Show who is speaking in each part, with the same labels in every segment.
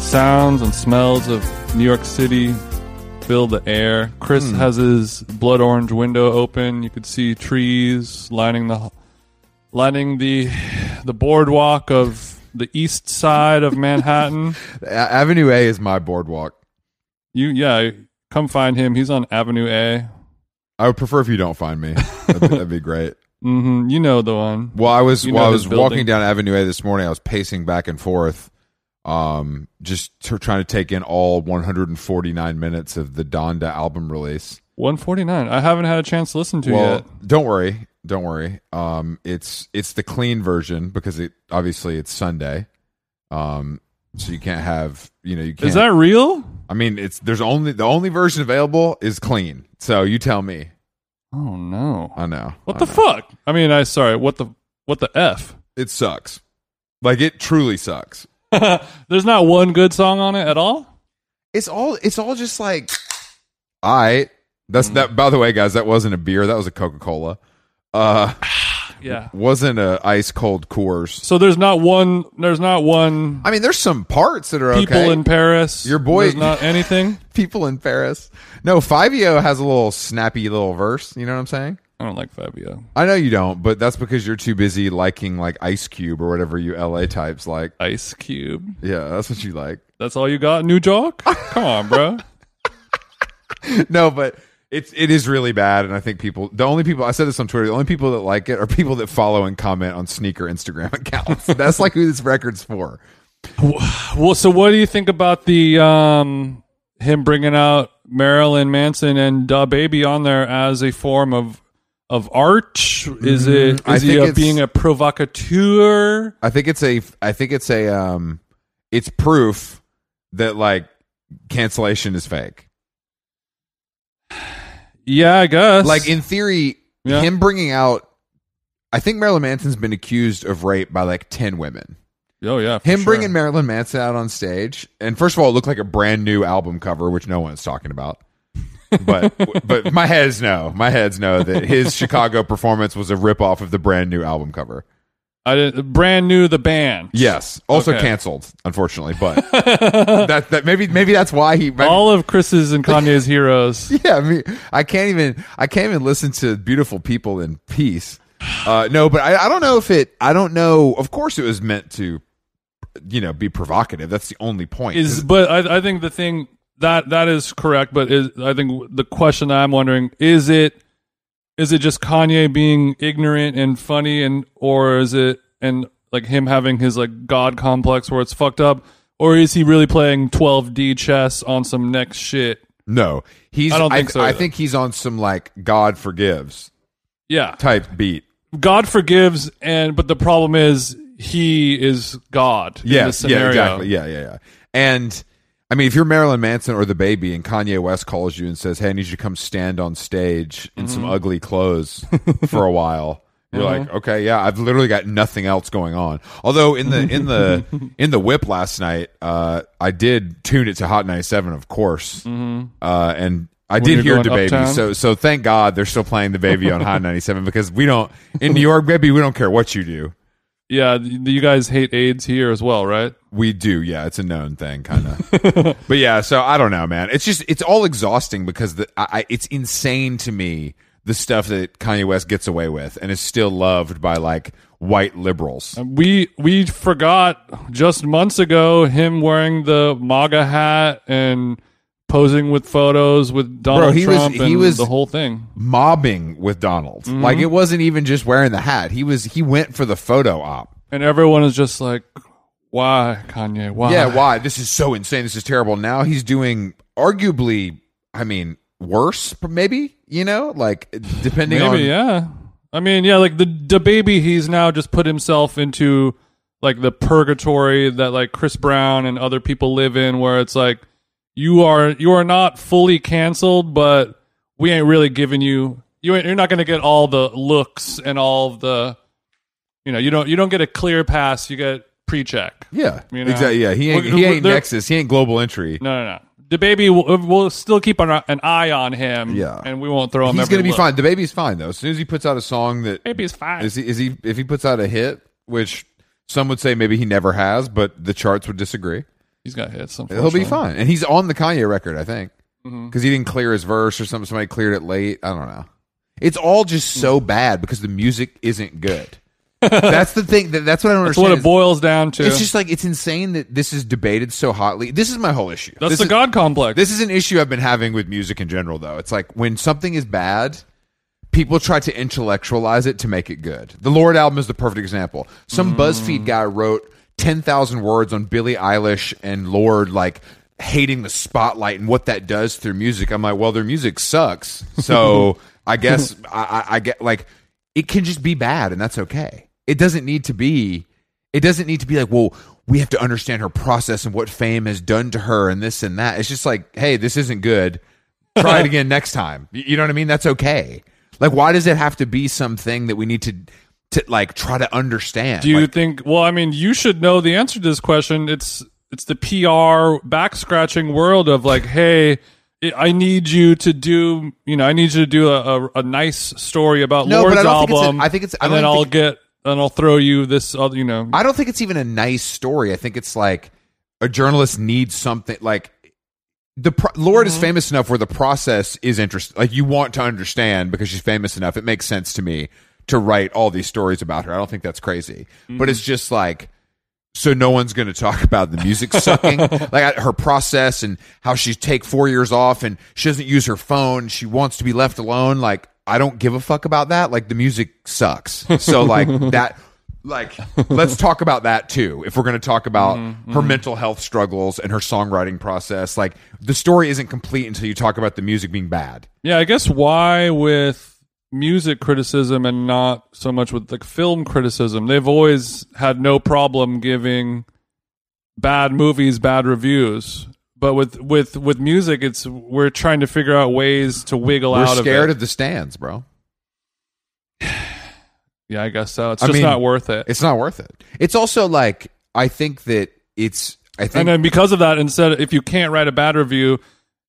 Speaker 1: Sounds and smells of New York City fill the air. Chris has his blood orange window open. You could see trees lining the lining the the boardwalk of the east side of Manhattan.
Speaker 2: A- Avenue A is my boardwalk.
Speaker 1: You yeah, come find him. He's on Avenue A.
Speaker 2: I would prefer if you don't find me. That'd be, that'd be great.
Speaker 1: hmm You know the one.
Speaker 2: Well, I was
Speaker 1: You
Speaker 2: while
Speaker 1: know
Speaker 2: I
Speaker 1: this
Speaker 2: was walking
Speaker 1: building.
Speaker 2: down Avenue A this morning. I was pacing back and forth, um, just t- trying to take in all 149 minutes of the Donda album release.
Speaker 1: 149. I haven't had a chance to listen to
Speaker 2: well,
Speaker 1: yet.
Speaker 2: don't worry, don't worry. Um, it's it's the clean version because it obviously it's Sunday, um, so you can't have you know you can't.
Speaker 1: Is that real?
Speaker 2: I mean, it's there's only the only version available is clean. So you tell me.
Speaker 1: Oh no.
Speaker 2: I know.
Speaker 1: What
Speaker 2: I
Speaker 1: the
Speaker 2: know.
Speaker 1: fuck? I mean, I sorry. What the what the f?
Speaker 2: It sucks. Like it truly sucks.
Speaker 1: There's not one good song on it at all.
Speaker 2: it's all it's all just like Mm. all right that's that by the way guys that wasn't a beer that was a coca-cola uh
Speaker 1: Yeah.
Speaker 2: wasn't a ice cold coors
Speaker 1: So there's not one. There's not one
Speaker 2: i mean there's some parts that are
Speaker 1: people
Speaker 2: okay
Speaker 1: in Paris.
Speaker 2: Your boy-
Speaker 1: There's not anything.
Speaker 2: people in paris no fivio has a little snappy little verse you know what i'm saying
Speaker 1: I don't like Fabio.
Speaker 2: i know you don't but that's because you're too busy liking like ice cube or whatever you la types like
Speaker 1: Ice Cube.
Speaker 2: yeah that's what you like
Speaker 1: That's all you got, New York. Come on, bro.
Speaker 2: no, but it's it is really bad, and I think people the only people I said this on Twitter, the only people that like it are people that follow and comment on sneaker Instagram accounts. That's like who this record's for.
Speaker 1: Well, so what do you think about the um him bringing out Marilyn Manson and Da Baby on there as a form of of art? Is it
Speaker 2: Mm-hmm. I
Speaker 1: is he
Speaker 2: think
Speaker 1: uh
Speaker 2: it's-
Speaker 1: being a provocateur?
Speaker 2: I think it's a I think it's a um it's proof that like cancellation is fake.
Speaker 1: Yeah, I guess.
Speaker 2: Like in theory,
Speaker 1: Yeah.
Speaker 2: him bringing out I think Marilyn Manson's been accused of rape by like 10 women.
Speaker 1: oh yeah, for
Speaker 2: Him
Speaker 1: sure.
Speaker 2: bringing Marilyn Manson out on stage, and first of all, it looked like a brand new album cover, which no one's talking about. But but my heads know, my heads know that his Chicago performance was a ripoff of the brand new album cover.
Speaker 1: I didn't, brand new the band.
Speaker 2: Yes, also
Speaker 1: Okay.
Speaker 2: canceled, unfortunately. But that that maybe maybe that's why he. maybe-
Speaker 1: all of Chris's and Kanye's heroes.
Speaker 2: yeah, I mean, I can't even I can't even listen to beautiful people in peace. Uh, no, but I, I don't know if it. I don't know. Of course, it was meant to, you know, be provocative. That's the only point.
Speaker 1: is but I, I think the thing that that is correct but is i think the question that i'm wondering is it is it just kanye being ignorant and funny and or is it and like him having his like god complex where it's fucked up or is he really playing 12d chess on some next shit
Speaker 2: No, he's.
Speaker 1: I don't think so
Speaker 2: I
Speaker 1: either.
Speaker 2: think he's on some like God forgives
Speaker 1: yeah
Speaker 2: type beat.
Speaker 1: god forgives and but the problem is he is god in
Speaker 2: Yeah,
Speaker 1: this
Speaker 2: yeah,
Speaker 1: scenario.
Speaker 2: exactly. Yeah, yeah, yeah. And I mean, if you're Marilyn Manson or the baby, and Kanye West calls you and says, "Hey, I need you to come stand on stage in
Speaker 1: Mm-hmm.
Speaker 2: some ugly clothes for a while." You're like,
Speaker 1: Uh-huh.
Speaker 2: okay, yeah, I've literally got nothing else going on. Although in the in the in the whip last night, uh, I did tune it to Hot 97, of course, uh, and I I
Speaker 1: Mm-hmm. when
Speaker 2: did
Speaker 1: you're
Speaker 2: hear
Speaker 1: going
Speaker 2: the baby,
Speaker 1: uptown?
Speaker 2: so so thank God they're still playing the baby on Hot 97 because we don't in New York, baby, we don't care what you do.
Speaker 1: yeah, th- you guys hate AIDS here as well, right?
Speaker 2: We do, yeah. It's a known thing, kind of. but yeah, so I don't know, man. It's just it's all exhausting because the I, I, it's insane to me the stuff that Kanye West gets away with and is still loved by like white liberals.
Speaker 1: We we forgot just months ago him wearing the MAGA hat and posing with photos with Donald
Speaker 2: Bro, he was-
Speaker 1: Trump
Speaker 2: he
Speaker 1: and
Speaker 2: was-
Speaker 1: the whole thing.
Speaker 2: Mobbing with Donald,
Speaker 1: Mm-hmm.
Speaker 2: like it wasn't even just wearing the hat. He was he went for the photo op.
Speaker 1: And everyone is just like, why Kanye? Why?
Speaker 2: Yeah, why? This is so insane. This is terrible. Now he's doing arguably, I mean, worse, maybe. You know, like depending
Speaker 1: Maybe,
Speaker 2: on
Speaker 1: yeah. I mean, yeah, like the the baby, he's now just put himself into like the purgatory that like Chris Brown and other people live in, where it's like you are you are not fully canceled, but we ain't really giving you you ain't, you're not gonna get all the looks and all of the you know you don't you don't get a clear pass, you get pre check.
Speaker 2: Yeah,
Speaker 1: You know?
Speaker 2: exactly. Yeah, he ain't,
Speaker 1: We're-
Speaker 2: he
Speaker 1: we're-
Speaker 2: ain't
Speaker 1: they're-
Speaker 2: Nexus. He ain't Global Entry.
Speaker 1: No, no, no. The baby, we'll, we'll still keep an, an eye on him,
Speaker 2: Yeah.
Speaker 1: and we won't throw him.
Speaker 2: He's
Speaker 1: every
Speaker 2: gonna be
Speaker 1: look.
Speaker 2: fine. The baby's fine though. As soon as he puts out a song that
Speaker 1: Baby's fine.
Speaker 2: is he, is he if he puts out a hit, which some would say maybe he never has, but the charts would disagree.
Speaker 1: He's got hits.
Speaker 2: He'll be
Speaker 1: unfortunately.
Speaker 2: fine, and he's on the Kanye record, I think, because
Speaker 1: Mm-hmm.
Speaker 2: he didn't clear his verse or something. Somebody cleared it late. I don't know. It's all just so
Speaker 1: Mm.
Speaker 2: bad because the music isn't good. that's the thing. That, that's what I don't
Speaker 1: That's
Speaker 2: understand.
Speaker 1: what it
Speaker 2: is-
Speaker 1: boils down to.
Speaker 2: it's just like it's insane that this is debated so hotly. This is my whole issue.
Speaker 1: That's
Speaker 2: This
Speaker 1: the
Speaker 2: is-
Speaker 1: God complex.
Speaker 2: This is an issue I've been having with music in general, though. It's like when something is bad, people try to intellectualize it to make it good. The Lord album is the perfect example. Some BuzzFeed guy wrote 10,000 words on Billie Eilish and Lord, like hating the spotlight and what that does through music. I'm like, well, their music sucks. So I guess I, I, I get like it can just be bad and that's okay. It doesn't need to be it doesn't need to be like, well, we have to understand her process and what fame has done to her and this and that. It's just like, hey, this isn't good. Try it again next time. Y- You know what I mean? That's okay. Like, why does it have to be something that we need to, to like try to understand?
Speaker 1: Do you
Speaker 2: Like,
Speaker 1: think? Well, I mean, you should know the answer to this question. It's it's the PR back scratching world of like, hey, I- I need you to do, you know, I need you to do a, a, a nice story about
Speaker 2: No, but
Speaker 1: Lord's
Speaker 2: I don't think it's
Speaker 1: album.
Speaker 2: a- I think it's- I
Speaker 1: and
Speaker 2: don't
Speaker 1: then I'll
Speaker 2: think-
Speaker 1: get and I'll throw you this, other, you know,
Speaker 2: I don't think it's even a nice story. I think it's like a journalist needs something like the pro- Lord
Speaker 1: Mm-hmm.
Speaker 2: is famous enough where the process is interesting. Like you want to understand because she's famous enough. It makes sense to me to write all these stories about her. I don't think that's crazy,
Speaker 1: Mm-hmm.
Speaker 2: but it's just like so no one's going to talk about the music sucking like I- her process and how she take four years off and she doesn't use her phone she wants to be left alone like i don't give a fuck about that like the music sucks so like that like let's talk about that too if we're going to talk about
Speaker 1: Mm-hmm,
Speaker 2: her mental health struggles and her songwriting process like the story isn't complete until you talk about the music being bad
Speaker 1: Yeah, I guess why with music criticism and not so much with like film criticism. They've always had no problem giving bad movies bad reviews. But with with with music it's we're trying to figure out ways to wiggle
Speaker 2: we're
Speaker 1: out
Speaker 2: scared
Speaker 1: of it.
Speaker 2: of the stands bro
Speaker 1: yeah, I guess so. It's
Speaker 2: I
Speaker 1: just
Speaker 2: mean,
Speaker 1: not worth it.
Speaker 2: it's not worth it it's also like i think that it's i think
Speaker 1: and then because of that instead if you can't write a bad review,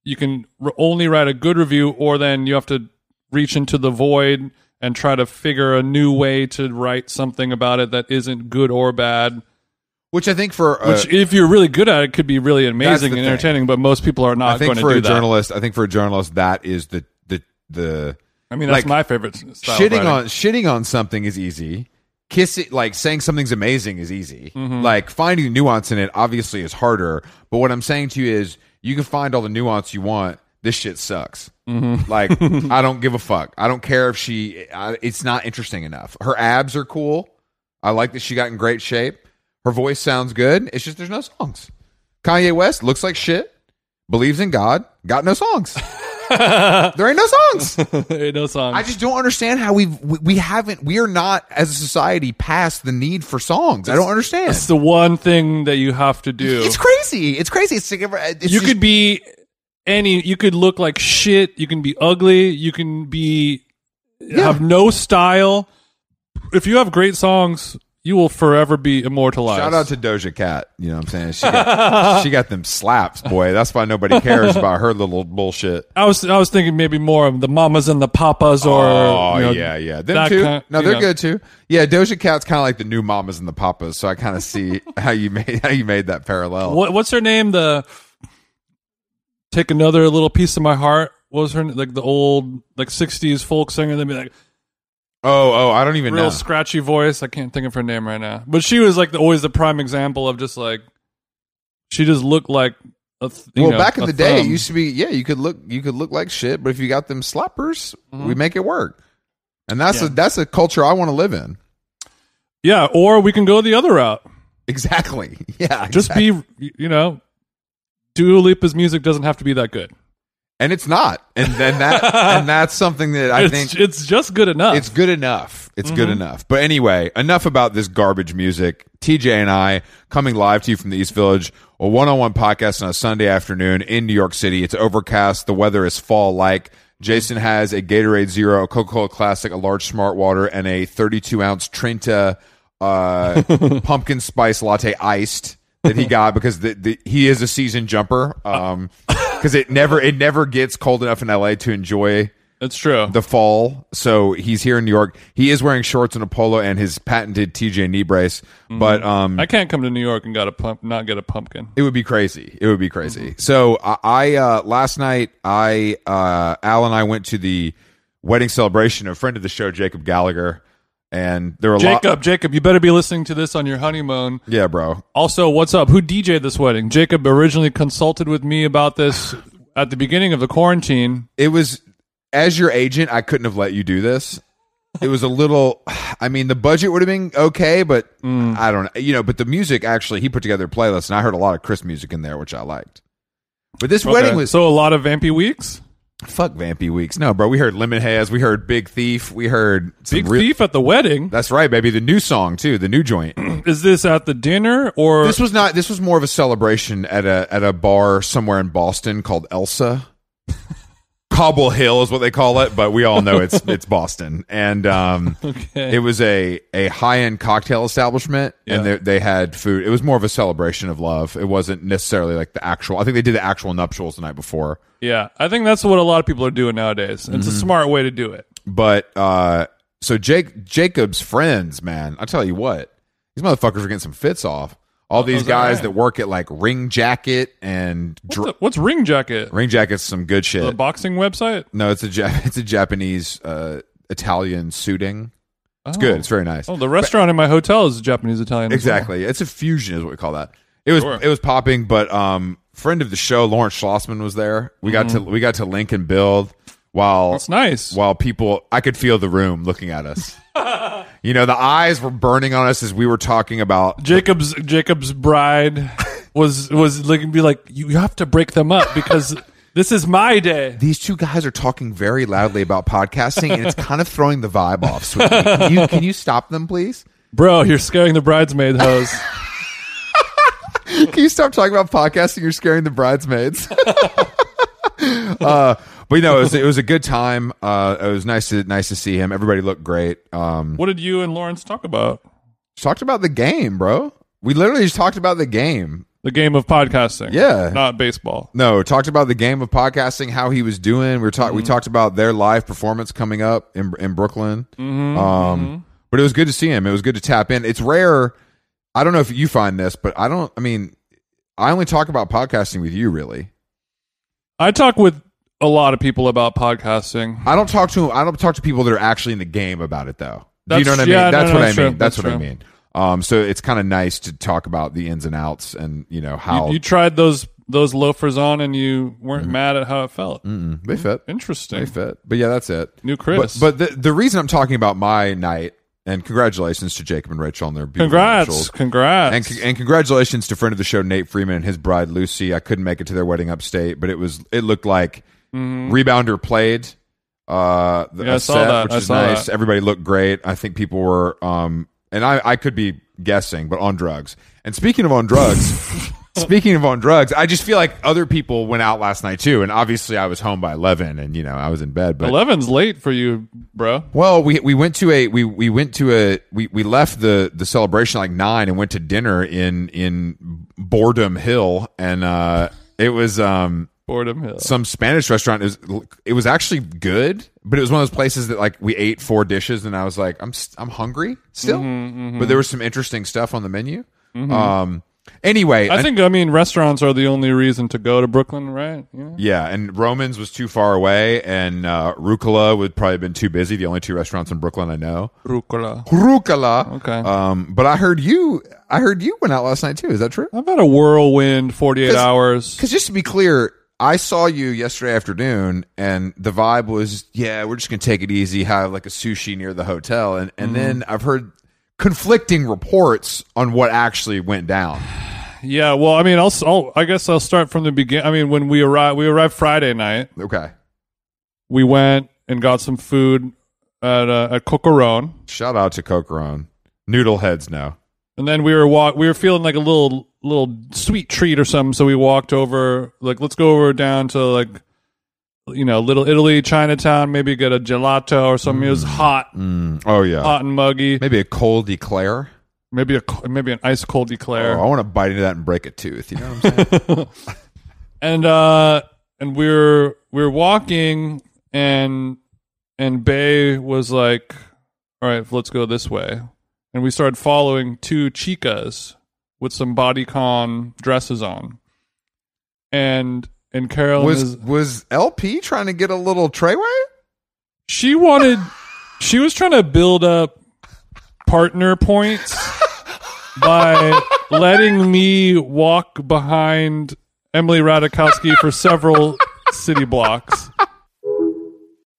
Speaker 1: you can r- only write a good review or then you have to reach into the void and try to figure a new way to write something about it that isn't good or bad.
Speaker 2: which i think for uh,
Speaker 1: Which, if you're really good at it, could be really amazing
Speaker 2: the thing.
Speaker 1: and entertaining. But most people are
Speaker 2: I
Speaker 1: not
Speaker 2: think
Speaker 1: going
Speaker 2: for
Speaker 1: to do
Speaker 2: a
Speaker 1: that.
Speaker 2: journalist, I think for a journalist, that is the the the
Speaker 1: I mean,
Speaker 2: like,
Speaker 1: that's my favorite s- style. of
Speaker 2: shitting
Speaker 1: writing.
Speaker 2: on shitting on something is easy. Kiss it, like saying something's amazing is easy.
Speaker 1: Mm-hmm.
Speaker 2: Like finding nuance in it obviously is harder. But what I'm saying to you is, you can find all the nuance you want. This shit sucks.
Speaker 1: Mm-hmm.
Speaker 2: Like I don't give a fuck. I don't care if she. I, it's not interesting enough. Her abs are cool. I like that she got in great shape. Her voice sounds good. It's just there's no songs. Kanye West looks like shit. Believes in God. Got no songs. there ain't no songs.
Speaker 1: Ain't no song.
Speaker 2: I just don't understand how we've we, we haven't we are not as a society past the need for songs. I don't understand.
Speaker 1: it's the one thing that you have to do.
Speaker 2: It's crazy. It's crazy. It's, uh, it's
Speaker 1: you
Speaker 2: just-
Speaker 1: could be any. You could look like shit. You can be ugly. You can be have no style. If you have great songs, you will forever be immortalized.
Speaker 2: Shout out to Doja Cat. You know what I'm saying? She got, she got them slaps, boy. That's why nobody cares about her little bullshit.
Speaker 1: I was I was thinking maybe more of the mamas and the papas or
Speaker 2: oh
Speaker 1: you know,
Speaker 2: yeah, yeah, them
Speaker 1: that
Speaker 2: too.
Speaker 1: kind-
Speaker 2: no,
Speaker 1: you
Speaker 2: they're
Speaker 1: know.
Speaker 2: good too. Yeah, Doja Cat's kind of like the new mamas and the papas. So I kind of see how you made how you made that parallel.
Speaker 1: What what's her name? The take another little piece of my heart. What was her like the old like '60s folk singer? They'd be like
Speaker 2: Oh, oh, I don't even
Speaker 1: real
Speaker 2: know.
Speaker 1: scratchy voice. I can't think of her name right now, but she was like the, always the prime example of just like she just looked like a th- you
Speaker 2: Well,
Speaker 1: know,
Speaker 2: back in
Speaker 1: a
Speaker 2: the day, it
Speaker 1: thumb.
Speaker 2: used to be yeah, you could look you could look like shit, but if you got them slappers,
Speaker 1: Mm-hmm.
Speaker 2: we make it work. And that's a that's a culture I want to live in.
Speaker 1: yeah. Or we can go the other route.
Speaker 2: Exactly. Yeah.
Speaker 1: Just
Speaker 2: exactly.
Speaker 1: be you know, Dua Lipa's music doesn't have to be that good.
Speaker 2: and it's not. And then that and that's something that I
Speaker 1: it's,
Speaker 2: think
Speaker 1: it's just good enough.
Speaker 2: It's good enough. It's good enough. But anyway, enough about this garbage music. TJ and I coming live to you from the East Village, a one on one podcast on a Sunday afternoon in New York City. It's overcast. The weather is fall like. Jason has a Gatorade Zero, a Coca Cola Classic, a large smart water, and a 32 ounce Trinta uh, pumpkin spice latte iced that he got because the, the he is a season jumper. Um, because it never it never gets cold enough in LA to enjoy
Speaker 1: It's true.
Speaker 2: the fall. So he's here in New York. He is wearing shorts and a polo and his patented TJ knee brace. But um,
Speaker 1: Mm-hmm. I can't come to New York and got a pump, not get a pumpkin.
Speaker 2: it would be crazy. It would be crazy.
Speaker 1: Mm-hmm.
Speaker 2: So I, I uh, last night, I uh, Al and I went to the wedding celebration of a friend of the show, Jacob Gallagher, and there were a lot.
Speaker 1: Jacob, Jacob, you better be listening to this on your honeymoon.
Speaker 2: Yeah, bro.
Speaker 1: Also, what's up? Who DJ'd this wedding? Jacob originally consulted with me about this at the beginning of the quarantine.
Speaker 2: it was as your agent i couldn't have let you do this it was a little i mean the budget would have been okay but
Speaker 1: Mm.
Speaker 2: i don't know you know but the music actually he put together a playlist and i heard a lot of chris music in there which i liked but this
Speaker 1: Okay.
Speaker 2: wedding was
Speaker 1: so a lot of vampy weeks.
Speaker 2: fuck vampy weeks no bro we heard lemon has we heard big thief we heard some
Speaker 1: Big
Speaker 2: real-
Speaker 1: thief at the wedding.
Speaker 2: that's right baby the new song too the new joint
Speaker 1: Is this at the dinner or
Speaker 2: this was not this was more of a celebration at a at a bar somewhere in boston called elsa cobble hill is what they call it but we all know it's it's boston and um
Speaker 1: okay?
Speaker 2: it was a a high end cocktail establishment, and
Speaker 1: Yeah.
Speaker 2: they they had food. It was more of a celebration of love. It wasn't necessarily like the actual. I think they did the actual nuptials the night before,
Speaker 1: yeah, I think that's what a lot of people are doing nowadays. It's a
Speaker 2: Mm-hmm.
Speaker 1: smart way to do it.
Speaker 2: but uh, so Jake Jacob's friends, man, I tell you what, these motherfuckers are getting some fits off. All these
Speaker 1: that
Speaker 2: guys
Speaker 1: right?
Speaker 2: that work at like Ring Jacket and dr-
Speaker 1: What's Ring Jacket?
Speaker 2: Ring Jacket's some good shit.
Speaker 1: The boxing website.
Speaker 2: no, it's a Jap- it's a Japanese uh, Italian suiting. It's good. It's very nice.
Speaker 1: Oh, the restaurant in my hotel is Japanese Italian. as well.
Speaker 2: Exactly. It's a fusion is what we call that. It was
Speaker 1: Sure.
Speaker 2: it was popping, but um friend of the show, Lawrence Schlossman was there. We got to we got to Lincoln build while
Speaker 1: Mm-hmm. That's nice.
Speaker 2: while people I could feel the room looking at us. you know, the eyes were burning on us as we were talking about
Speaker 1: Jacob's Jacob's bride was was like be like you you have to break them up because this is my day.
Speaker 2: these two guys are talking very loudly about podcasting and it's kind of throwing the vibe off, sweetie. Can you can you stop them please?
Speaker 1: Bro, you're scaring the bridesmaid hoes.
Speaker 2: Can you stop talking about podcasting? You're scaring the bridesmaids. uh, but you know, it was, it was a good time. Uh, it was nice to nice to see him. Everybody looked great. Um,
Speaker 1: what did you and Lawrence talk about?
Speaker 2: talked about the game, bro. We literally just talked about the game.
Speaker 1: The game of podcasting.
Speaker 2: Yeah.
Speaker 1: Not baseball.
Speaker 2: No, talked about the game of podcasting, how he was doing. We were talk- we talked about their live performance coming up in in Brooklyn. Um, but it was good to see him. It was good to tap in. It's rare. I don't know if you find this, but I don't. I mean, I only talk about podcasting with you, really.
Speaker 1: I talk with a lot of people about podcasting.
Speaker 2: I don't talk to I don't talk to people that are actually in the game about it though. Do you
Speaker 1: That's-
Speaker 2: know what I mean?
Speaker 1: yeah, no,
Speaker 2: that's
Speaker 1: no,
Speaker 2: what I mean.
Speaker 1: that's true.
Speaker 2: That's,
Speaker 1: That's
Speaker 2: what I
Speaker 1: true.
Speaker 2: mean. Um, so it's kind of nice to talk about the ins and outs and you know how
Speaker 1: You, you tried those those loafers on and you weren't mad at how it felt.
Speaker 2: they fit. Mm. They
Speaker 1: Interesting.
Speaker 2: fit. But yeah, that's it.
Speaker 1: New Chris.
Speaker 2: But, but the the reason I'm talking about my night and congratulations to Jacob and Rachel on their beautiful nuptials.
Speaker 1: Congrats. Congrats.
Speaker 2: And, and congratulations to friend of the show Nate Freeman and his bride Lucy. I couldn't make it to their wedding upstate, but it was it looked like rebounder played. Uh, the,
Speaker 1: Mm-hmm. Yeah, I
Speaker 2: a
Speaker 1: saw
Speaker 2: set,
Speaker 1: that.
Speaker 2: which
Speaker 1: I
Speaker 2: is
Speaker 1: saw
Speaker 2: nice.
Speaker 1: that.
Speaker 2: Everybody looked great. I think people were, um, and I I could be guessing, but on drugs. And speaking of on drugs, Speaking of on drugs, I just feel like other people went out last night too, and obviously I was home by eleven, and you know I was in bed. But
Speaker 1: Eleven's late for you, bro.
Speaker 2: well, we we went to a we we went to a we we left the the celebration like nine and went to dinner in in Boredom Hill, and uh it was um
Speaker 1: Boredom Hill.
Speaker 2: some Spanish restaurant. It was it was actually good, but it was one of those places that like we ate four dishes, and I was like, I'm st- I'm hungry still, but there was some interesting stuff on the menu. Um. Anyway,
Speaker 1: I think I mean restaurants are the only reason to go to Brooklyn, right? Yeah.
Speaker 2: Yeah, and Romans was too far away, and uh, Rucola would probably have been too busy. The only two restaurants in Brooklyn I know.
Speaker 1: Rucola.
Speaker 2: Rucola.
Speaker 1: Okay.
Speaker 2: Um, but I heard you. I heard you went out last night too. Is that true?
Speaker 1: I've had a whirlwind 48
Speaker 2: 'Cause-
Speaker 1: hours.
Speaker 2: Because just to be clear, I saw you yesterday afternoon, and the vibe was, yeah, we're just gonna take it easy, have like a sushi near the hotel, and and then I've heard conflicting reports on what actually went down.
Speaker 1: Yeah, well, I mean, I'll, I'll I guess I'll start from the beginning. I mean, when we arrived, we arrived Friday night.
Speaker 2: Okay.
Speaker 1: We went and got some food at uh, at Cocoron,
Speaker 2: Shout out to Cocorone. Noodle heads now.
Speaker 1: and then we were walk. We were feeling like a little little sweet treat or something, so we walked over. Like, let's go over down to like, you know, Little Italy, Chinatown. Maybe get a gelato or something. It was hot,
Speaker 2: Mm. Oh yeah.
Speaker 1: hot and muggy.
Speaker 2: Maybe a cold eclair.
Speaker 1: Maybe a c- maybe an ice cold eclair.
Speaker 2: Oh, I want to bite into that and break a tooth. You know what I'm saying?
Speaker 1: and uh and we're we're walking and and bay was like all right let's go this way and we started following two chicas with some bodycon dresses on and and carolyn
Speaker 2: was
Speaker 1: is,
Speaker 2: was LP trying to get a little treyway?
Speaker 1: she wanted she was trying to build up partner points by letting me walk behind Emily Radikowski for several city blocks.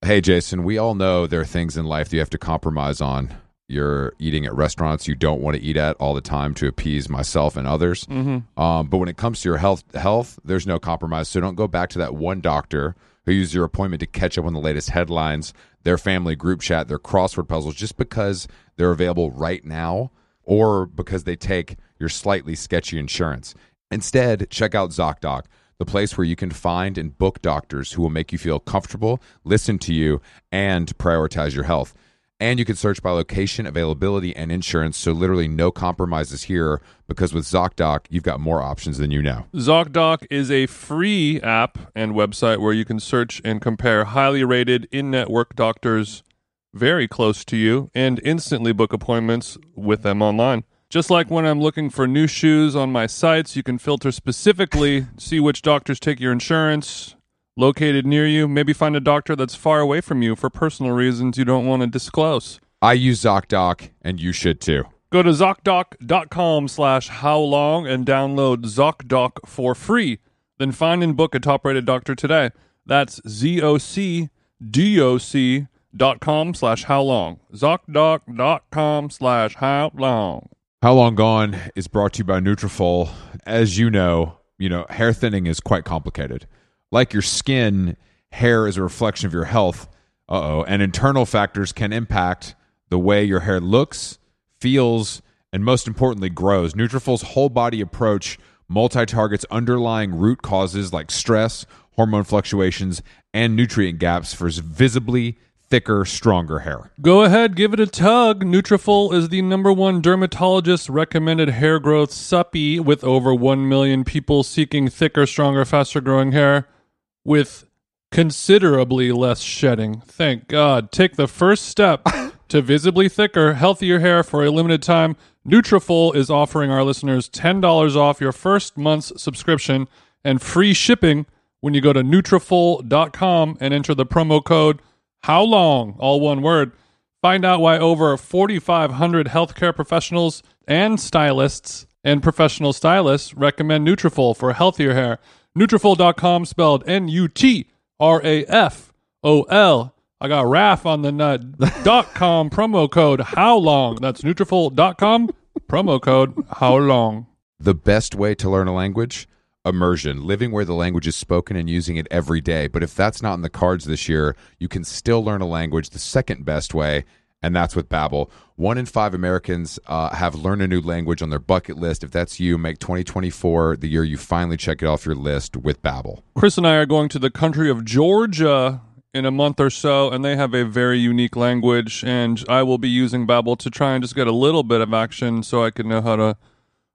Speaker 2: Hey, Jason. We all know there are things in life that you have to compromise on. You're eating at restaurants you don't want to eat at all the time to appease myself and others. Um, but when it comes to your health, health, there's no compromise. So don't go back to that one doctor who used your appointment to catch up on the latest headlines, their family group chat, their crossword puzzles, just because they're available right now or because they take your slightly sketchy insurance. Instead, check out ZocDoc, the place where you can find and book doctors who will make you feel comfortable, listen to you, and prioritize your health. And you can search by location, availability, and insurance. So, literally, no compromises here because with ZocDoc, you've got more options than you know.
Speaker 1: ZocDoc is a free app and website where you can search and compare highly rated in network doctors very close to you and instantly book appointments with them online. Just like when I'm looking for new shoes on my sites, you can filter specifically, see which doctors take your insurance, located near you, maybe find a doctor that's far away from you for personal reasons you don't want to disclose.
Speaker 2: I use ZocDoc, and you should too.
Speaker 1: Go to ZocDoc.com slash how long and download ZocDoc for free. Then find and book a top rated doctor today. That's Z-O-C-D-O-C dot com slash how long. ZocDoc.com slash how long.
Speaker 2: How Long Gone is brought to you by Nutrafol. As you know, you know, hair thinning is quite complicated. Like your skin, hair is a reflection of your health. Uh-oh. And internal factors can impact the way your hair looks, feels, and most importantly grows. Nutrafol's whole body approach multi-targets underlying root causes like stress, hormone fluctuations, and nutrient gaps for visibly thicker, stronger hair.
Speaker 1: Go ahead, give it a tug. Nutrafol is the number one dermatologist recommended hair growth suppy with over 1 million people seeking thicker, stronger, faster growing hair with considerably less shedding. Thank God. Take the first step to visibly thicker, healthier hair for a limited time. Nutrafol is offering our listeners $10 off your first month's subscription and free shipping when you go to Nutrafol.com and enter the promo code how long? All one word. Find out why over 4,500 healthcare professionals and stylists and professional stylists recommend Nutrafol for healthier hair. Nutrafol.com spelled N-U-T-R-A-F-O-L. I got Raff on the nut. dot com promo code how long? That's Nutrafol.com promo code how long?
Speaker 2: The best way to learn a language? Immersion, living where the language is spoken and using it every day. But if that's not in the cards this year, you can still learn a language the second best way and that's with Babbel. One in five Americans uh, have learned a new language on their bucket list. If that's you, make 2024 the year you finally check it off your list with Babbel.
Speaker 1: Chris and I are going to the country of Georgia in a month or so, and they have a very unique language. And I will be using Babbel to try and just get a little bit of action so I can know how to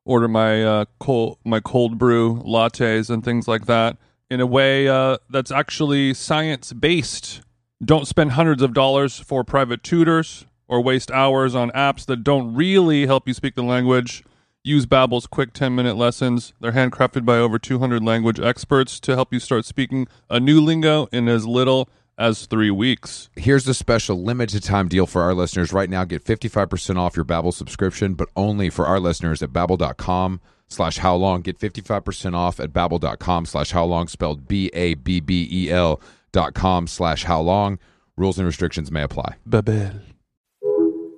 Speaker 1: order my uh, cold my cold brew lattes and things like that in a way uh, that's actually science based. Don't spend hundreds of dollars for private tutors or waste hours on apps that don't really help you speak the language. Use Babbel's quick 10-minute lessons. They're handcrafted by over 200 language experts to help you start speaking a new lingo in as little as 3 weeks.
Speaker 2: Here's the special limited time deal for our listeners right now. Get 55% off your Babbel subscription, but only for our listeners at babbel.com slash how long. Get 55% off at babbel.com slash how long, spelled B-A-B-B-E-L E dot com slash how long. Rules and restrictions may apply.
Speaker 1: Babel.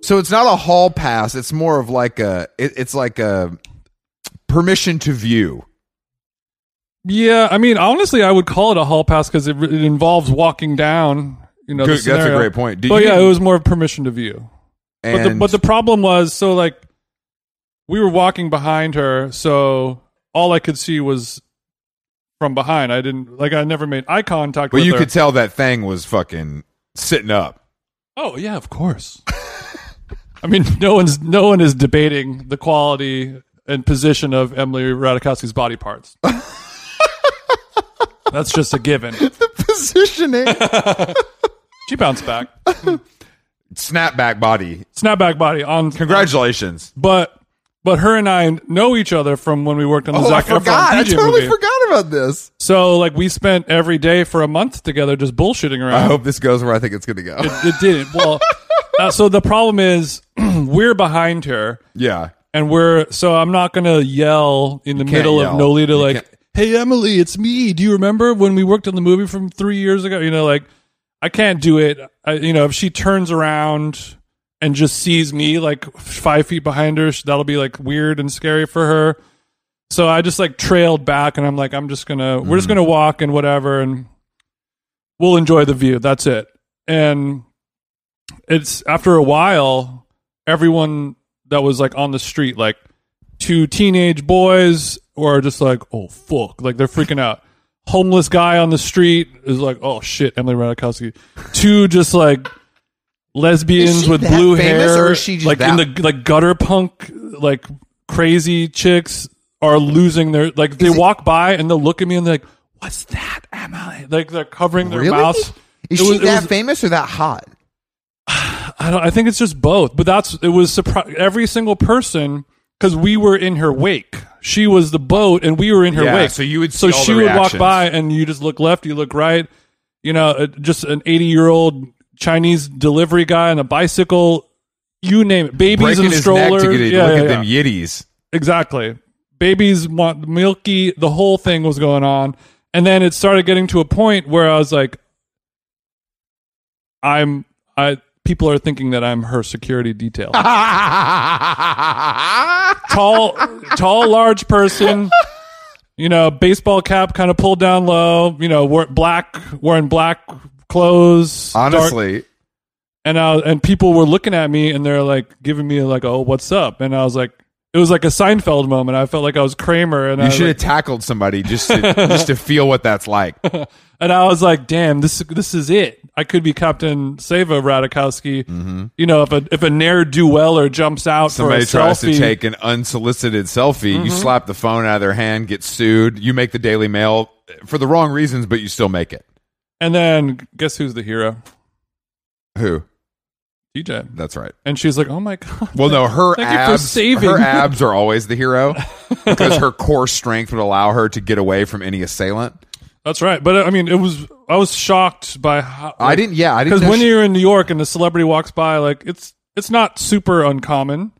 Speaker 2: So it's not a hall pass. It's more of like a, it, it's like a permission to view.
Speaker 1: Yeah, I mean, honestly, I would call it a hall pass because it, it involves walking down. You know, the
Speaker 2: Good, that's a
Speaker 1: scenario.
Speaker 2: great point. Do
Speaker 1: but
Speaker 2: you-
Speaker 1: yeah, it was more of permission to view. But the,
Speaker 2: And
Speaker 1: but the problem was, so like, we were walking behind her, so all I could see was from behind. I didn't like, I never made eye contact.
Speaker 2: but
Speaker 1: with
Speaker 2: you
Speaker 1: her.
Speaker 2: could tell that thing was fucking sitting up.
Speaker 1: Oh yeah, of course. I mean, no one's no one is debating the quality and position of Emily Ratajkowski's body parts. That's just a given.
Speaker 2: Positioning.
Speaker 1: She bounced back.
Speaker 2: Snapback body.
Speaker 1: Snapback body on
Speaker 2: Congratulations.
Speaker 1: but but her and I know each other from when we worked
Speaker 3: Oh,
Speaker 1: on the Zac Efron DJ movie.
Speaker 2: Oh, forgot about this.
Speaker 1: So like we spent every day for a month together just bullshitting around.
Speaker 2: I hope this goes where I think it's going to go.
Speaker 1: it didn't. Well, uh, so the problem is we're behind her,
Speaker 2: yeah.
Speaker 1: and we're so I'm not gonna yell in the middle
Speaker 2: yell.
Speaker 1: of Nolita
Speaker 2: You
Speaker 1: like,
Speaker 2: can't-
Speaker 1: "Hey Emily, it's me. Do you remember when we worked on the movie from three years ago?" You know, like I can't do it. I, you know, if she turns around and just sees me like five feet behind her, sh- that'll be like weird and scary for her. So I just like trailed back, and I'm like, I'm just gonna, we're
Speaker 2: Mm.
Speaker 1: just gonna walk and whatever, and we'll enjoy the view. That's it. And it's after a while, everyone that was like on the street, like two teenage boys, were just like, oh fuck, like they're freaking out. Homeless guy on the street is like, oh shit, Emily Ratajkowski. Two just like lesbians
Speaker 2: she
Speaker 1: with
Speaker 2: that
Speaker 1: blue
Speaker 2: famous,
Speaker 1: hair,
Speaker 2: or is she just
Speaker 1: like in
Speaker 2: that-
Speaker 1: the like gutter punk, like crazy chicks are losing their like. They walk by and they'll look at me and they're like, "What's that, Emily?" Like they're covering their mouths.
Speaker 3: Is
Speaker 1: It
Speaker 3: she
Speaker 1: was- it
Speaker 3: that
Speaker 1: was-
Speaker 3: famous or that hot?
Speaker 1: I don't. I think it's just both. But that's it was surpri- every single person because we were in her wake. She was the boat, and we were in her
Speaker 2: Yeah,
Speaker 1: wake.
Speaker 2: so you would
Speaker 1: so
Speaker 2: see all
Speaker 1: she
Speaker 2: the
Speaker 1: would
Speaker 2: reactions.
Speaker 1: walk by, and you just look left, you look right. You know, uh, just an eighty-year-old Chinese delivery guy on a bicycle. You name it, babies
Speaker 2: Breaking
Speaker 1: and
Speaker 2: his neck
Speaker 1: strollers.
Speaker 2: to get it.
Speaker 1: Yeah,
Speaker 2: Look
Speaker 1: yeah,
Speaker 2: at
Speaker 1: yeah.
Speaker 2: them yiddies.
Speaker 1: Exactly. Babies want milky. The whole thing was going on. And then it started getting to a point where I was like, I'm, I, people are thinking that I'm her security detail. tall, tall, large person, you know, baseball cap kind of pulled down low, you know, wore black, wearing black clothes. dark-
Speaker 2: Honestly,
Speaker 1: and I and people were looking at me and they're like giving me like oh what's up and I was like it was like a Seinfeld moment I felt like I was Kramer and I
Speaker 2: you
Speaker 1: was
Speaker 2: should have
Speaker 1: uh, like,
Speaker 2: tackled somebody just to, just to feel what that's like.
Speaker 1: and I was like damn this this is it I could be Captain Sava Radikowski you know if a if a ne'er do weller jumps out
Speaker 2: Mm-hmm. Somebody
Speaker 1: for a
Speaker 2: tries
Speaker 1: selfie
Speaker 2: to take an unsolicited selfie.
Speaker 3: Mm-hmm.
Speaker 2: You slap the phone out of their hand, get sued. You make the Daily Mail for the wrong reasons, but you still make it.
Speaker 1: and then guess who's the hero
Speaker 2: Who?
Speaker 1: DJ
Speaker 2: That's right.
Speaker 1: and she's like oh my god
Speaker 2: Well, no, her
Speaker 1: Thank you for
Speaker 2: abs.
Speaker 1: saving.
Speaker 2: Her abs are always the hero because her core strength would allow her to get away from any assailant.
Speaker 1: that's right but uh, I mean it was I was shocked by how
Speaker 2: I didn't. Yeah, I didn't.
Speaker 1: because
Speaker 2: know
Speaker 1: when
Speaker 2: she-
Speaker 1: you're in New York and a celebrity walks by like it's it's not super uncommon.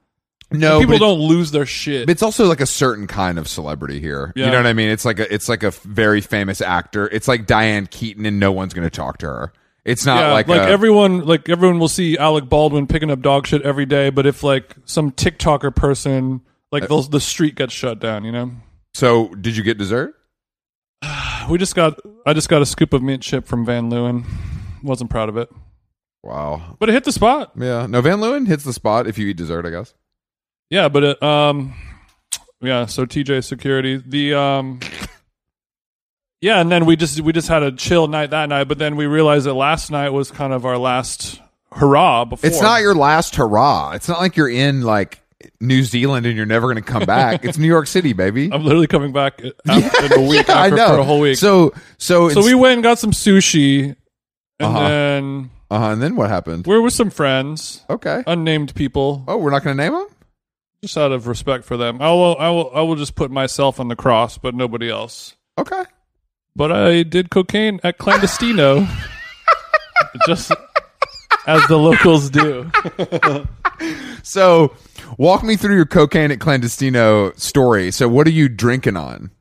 Speaker 2: no,
Speaker 1: people
Speaker 2: but it-
Speaker 1: don't lose their shit.
Speaker 2: but It's also like a certain kind of celebrity here. You
Speaker 1: Yeah.
Speaker 2: know what I mean? It's like a it's like a f- very famous actor. It's like Diane Keaton, and no one's going to talk to her. It's not
Speaker 1: yeah, like,
Speaker 2: like uh, a-
Speaker 1: everyone, like everyone will see Alec Baldwin picking up dog shit every day. But if like some TikToker person,
Speaker 2: Uh,
Speaker 1: like the, the street gets shut down, you know.
Speaker 2: So, did you get dessert?
Speaker 1: We just got, I just got a scoop of mint chip from Van Leeuwen. Wasn't proud of it.
Speaker 2: Wow.
Speaker 1: But it hit the spot.
Speaker 2: Yeah. No, Van Leeuwen hits the spot if you eat dessert, I guess.
Speaker 1: Yeah, but it, um, yeah. So TJ Security, the um, yeah, and then we just we just had a chill night that night, but then we realized that last night was kind of our last hurrah. Before
Speaker 2: It's not your last hurrah. It's not like you're in like New Zealand and you're never going to come back. it's New York City, baby.
Speaker 1: I'm literally coming back after the week
Speaker 2: Yeah,
Speaker 1: after for a whole week.
Speaker 2: So, so,
Speaker 1: so
Speaker 2: it's-
Speaker 1: we went and got some sushi, and
Speaker 2: Uh-huh.
Speaker 1: then
Speaker 2: uh-huh, and then what happened?
Speaker 1: we we're with some friends,
Speaker 2: Okay.
Speaker 1: unnamed people,
Speaker 2: Oh, we're not going to name him.
Speaker 1: just out of respect for them. I will, I will, I will just put myself on the cross, but nobody else.
Speaker 2: Okay.
Speaker 1: But I did cocaine at clandestino, just as the locals do.
Speaker 2: So, walk me through your cocaine at clandestino story. So, what are you drinking on?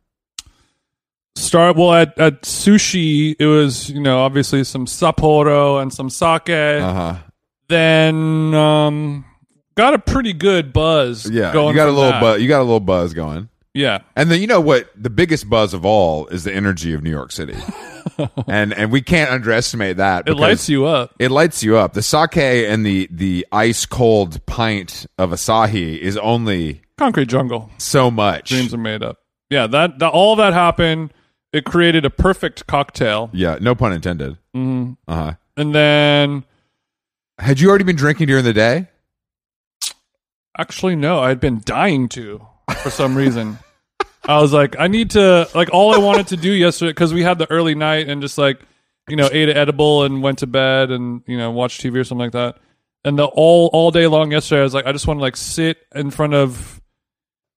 Speaker 1: Start well at, at sushi. It was you know obviously some sapporo and some sake.
Speaker 2: Uh huh.
Speaker 1: then um, got a pretty good buzz.
Speaker 2: Yeah,
Speaker 1: going
Speaker 2: you got a
Speaker 1: from
Speaker 2: little
Speaker 1: that.
Speaker 2: buzz. You got a little buzz going.
Speaker 1: Yeah,
Speaker 2: And then you know what? The biggest buzz of all is the energy of New York City, and and we can't underestimate that.
Speaker 1: it lights you up.
Speaker 2: It lights you up. The sake and the the ice cold pint of Asahi is only
Speaker 1: Concrete jungle.
Speaker 2: so much.
Speaker 1: Dreams are made up. Yeah, that, that all that happened. It created a perfect cocktail,
Speaker 2: Yeah, no pun intended.
Speaker 1: Mhm.
Speaker 2: Uh huh.
Speaker 1: and then
Speaker 2: Had you already been drinking during the day?
Speaker 1: actually no, I had been dying to for some reason. I was like, I need to like all I wanted to do yesterday because we had the early night and just like you know ate an edible and went to bed and you know watched TV or something like that. And the all all day long yesterday, I was like, I just want to like sit in front of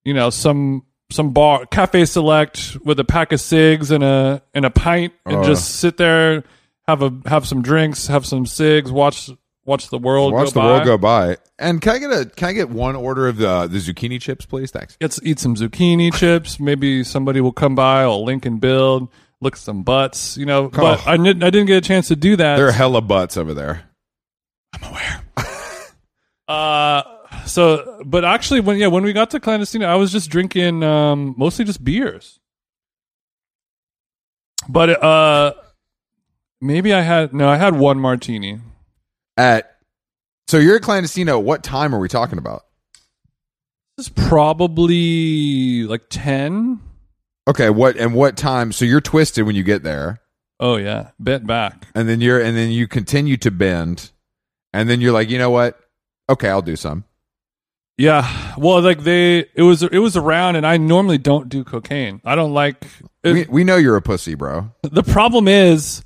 Speaker 1: you know some some bar cafe select with a pack of cigs and a and a pint and
Speaker 2: Uh.
Speaker 1: just sit there have a have some drinks have some cigs watch watch the world
Speaker 2: Watch
Speaker 1: go
Speaker 2: the
Speaker 1: by.
Speaker 2: world go by. And can I get a can I get one order of the the zucchini chips, please? Thanks.
Speaker 1: Let's eat some zucchini chips. Maybe somebody will come by. I'll link and build. Look at some butts, you know. But I didn't. I didn't get a chance to do that.
Speaker 2: There are hella butts over there.
Speaker 1: Uh, so, but actually, when yeah, when we got to clandestino, I was just drinking um, mostly just beers. But uh, maybe I had no. I had one martini.
Speaker 2: At so you're at clandestino. What time are we talking about?
Speaker 1: This is probably like ten.
Speaker 2: Okay, what and what time? So you're twisted when you get there,
Speaker 1: Oh yeah, bent back.
Speaker 2: and then you're and then you continue to bend, and then you're like, you know what? Okay, I'll do some.
Speaker 1: Yeah. Well, like they, it was, it was around, and I normally don't do cocaine. I don't like. It,
Speaker 2: we, we know you're a pussy, bro.
Speaker 1: the problem is,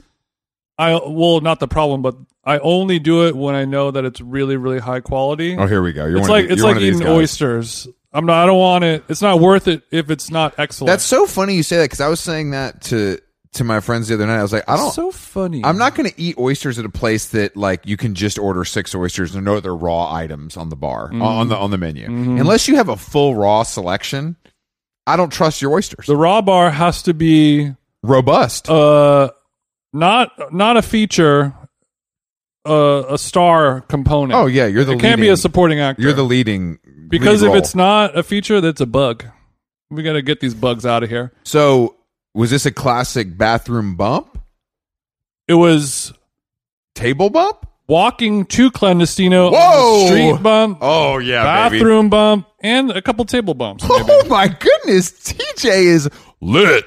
Speaker 1: I well, not the problem, but I only do it when I know that it's really, really high quality.
Speaker 2: Oh, here we go. You're
Speaker 1: it's
Speaker 2: one
Speaker 1: like
Speaker 2: of the-
Speaker 1: it's
Speaker 2: you're one
Speaker 1: like
Speaker 2: of these
Speaker 1: eating
Speaker 2: guys.
Speaker 1: oysters. I'm not. I don't want it. It's not worth it if it's not excellent.
Speaker 2: That's so funny you say that because I was saying that to to my friends the other night. I was like, I don't.
Speaker 1: so funny.
Speaker 2: I'm not going to eat oysters at a place that like you can just order six oysters and no other raw items on the bar
Speaker 1: Mm-hmm.
Speaker 2: on the on the menu unless you have a full raw selection. I don't trust your oysters.
Speaker 1: The raw bar has to be
Speaker 2: Robust.
Speaker 1: uh not not a feature, uh, a star component.
Speaker 2: oh yeah, you're the
Speaker 1: it can't be
Speaker 2: leading-
Speaker 1: a supporting actor.
Speaker 2: You're the leading
Speaker 1: Because
Speaker 2: lead
Speaker 1: if
Speaker 2: role.
Speaker 1: it's not a feature, that's a bug. We gotta get these bugs out of here.
Speaker 2: so, was this a classic bathroom bump,
Speaker 1: It was
Speaker 2: table bump?
Speaker 1: walking to clandestino, on the
Speaker 2: Whoa!
Speaker 1: street bump,
Speaker 2: Oh yeah,
Speaker 1: bathroom bump, and a couple table bumps. Maybe.
Speaker 2: Oh my goodness, TJ is lit.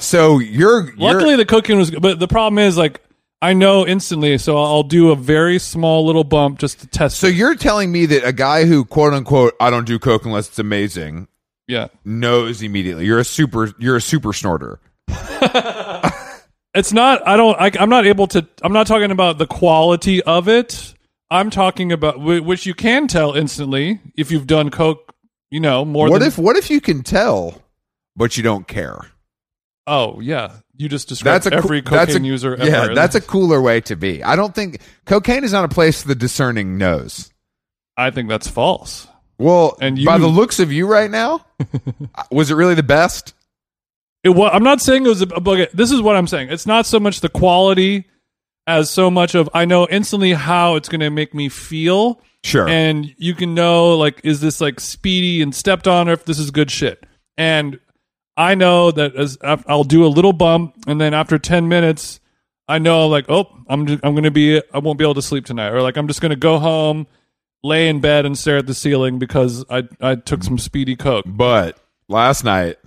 Speaker 2: so you're, you're
Speaker 1: Luckily, the cooking was good, but the problem is like I know instantly, so I'll do a very small little bump just to test.
Speaker 2: so
Speaker 1: it.
Speaker 2: you're telling me that a guy who quote unquote I don't do coke unless it's amazing
Speaker 1: yeah,
Speaker 2: knows immediately. You're a super you're a super snorter.
Speaker 1: it's not. I don't. I, I'm not able to. I'm not talking about the quality of it. I'm talking about whi- which you can tell instantly if you've done coke. You know more.
Speaker 2: what
Speaker 1: than,
Speaker 2: if what if you can tell but you don't care?
Speaker 1: Oh yeah, you just described
Speaker 2: That's a coo-
Speaker 1: every cocaine
Speaker 2: that's a,
Speaker 1: user. Ever.
Speaker 2: Yeah, that's a cooler way to be. I don't think cocaine is not a place the discerning knows.
Speaker 1: I think that's false.
Speaker 2: Well,
Speaker 1: And
Speaker 2: and
Speaker 1: you-
Speaker 2: by the looks of you right now, uh, was it really the best?
Speaker 1: It wa I'm not saying it was a, a bug. This is what I'm saying. It's not so much the quality as so much of I know instantly how it's going to make me feel,
Speaker 2: Sure.
Speaker 1: and you can know like is this like speedy and stepped on, or if this is good shit. And I know that as af- I'll do a little bump, and then after ten minutes, I know like, oh, I'm just, I'm gonna be I won't be able to sleep tonight, or like I'm just gonna go home, lay in bed and stare at the ceiling because I I took some speedy coke.
Speaker 2: But last night,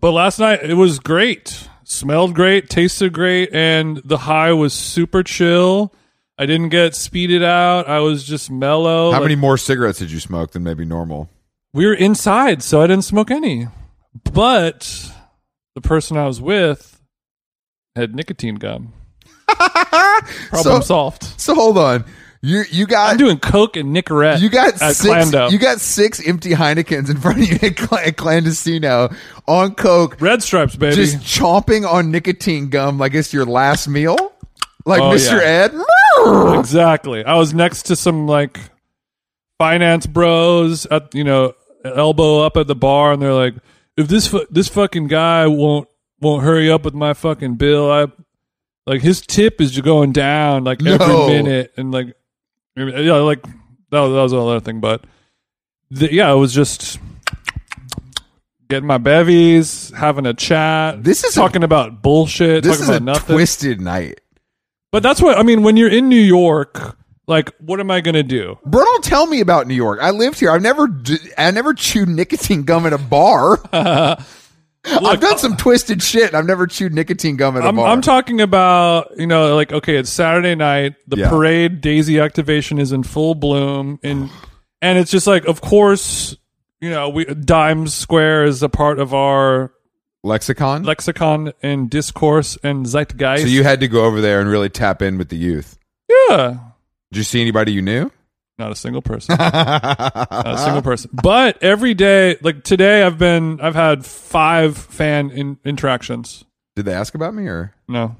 Speaker 1: But last night it was great. Smelled great, tasted great, and the high was super chill. I didn't get speeded out. I was just mellow.
Speaker 2: how
Speaker 1: Like,
Speaker 2: many more cigarettes did you smoke than maybe normal?
Speaker 1: we were inside, so I didn't smoke any. But the person I was with had nicotine gum. Problem
Speaker 2: So-
Speaker 1: solved.
Speaker 2: So hold on, you you got
Speaker 1: I'm doing coke and Nicorette.
Speaker 2: you got
Speaker 1: at
Speaker 2: six
Speaker 1: Clamdo.
Speaker 2: you got six empty Heinekens in front of you at, Cla- at clandestino on coke,
Speaker 1: red stripes, baby.
Speaker 2: just chomping on nicotine gum like it's your last meal, like
Speaker 1: Oh,
Speaker 2: Mr. Ed.
Speaker 1: exactly. I was next to some like finance bros at you know elbow up at the bar, and they're like, "If this fu- this fucking guy won't won't hurry up with my fucking bill, I like his tip is just going down like every
Speaker 2: No.
Speaker 1: minute, and like yeah, like that was, that was another thing, but the, yeah, it was just. Getting my bevies, having a chat.
Speaker 2: This is a-
Speaker 1: talking about bullshit.
Speaker 2: This
Speaker 1: talking
Speaker 2: is
Speaker 1: about
Speaker 2: a
Speaker 1: nothing.
Speaker 2: twisted night.
Speaker 1: But that's what I mean. When you're in New York, like, what am I gonna do?
Speaker 2: Bro, don't tell me about New York. I lived here. I've never, d- I never chewed nicotine gum at a bar. I've done some twisted shit. I've never chewed nicotine gum at a
Speaker 1: uh, I'm,
Speaker 2: bar.
Speaker 1: I'm talking about you know, like, okay, it's Saturday night. The
Speaker 2: Yeah.
Speaker 1: parade Daisy activation is in full bloom, and and it's just like, of course, you know, we Dimes Square is a part of our
Speaker 2: Lexicon.
Speaker 1: lexicon and discourse and zeitgeist.
Speaker 2: so you had to go over there and really tap in with the youth.
Speaker 1: yeah,
Speaker 2: Did you see anybody you knew?
Speaker 1: not a single person. a single person. But every day, like today, I've been, I've had five fan in, interactions.
Speaker 2: Did they ask about me or
Speaker 1: No,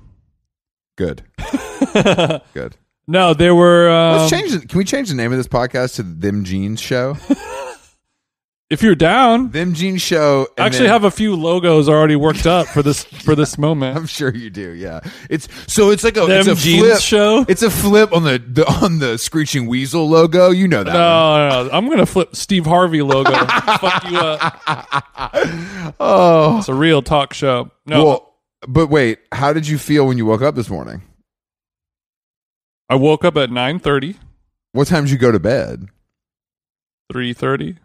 Speaker 2: good? good.
Speaker 1: No, they were. Um,
Speaker 2: Let's change. The, can we change the name of this podcast to Them Jeans Show?
Speaker 1: if you're down,
Speaker 2: them Jeans Show. and
Speaker 1: I actually
Speaker 2: then-
Speaker 1: have a few logos already worked up for this for this moment.
Speaker 2: I'm sure you do. Yeah. It's so it's like a it's
Speaker 1: Them
Speaker 2: a
Speaker 1: Jeans
Speaker 2: flip.
Speaker 1: Show?
Speaker 2: It's a flip on the, the on the screeching weasel logo. You know that. one.
Speaker 1: No, no, no, I'm gonna flip Steve Harvey logo. Fuck you up. Oh, it's a real talk show. No,
Speaker 2: Well, but wait, how did you feel when you woke up this morning?
Speaker 1: I woke up at 9:30,
Speaker 2: What time did you go to bed?
Speaker 1: 3:30.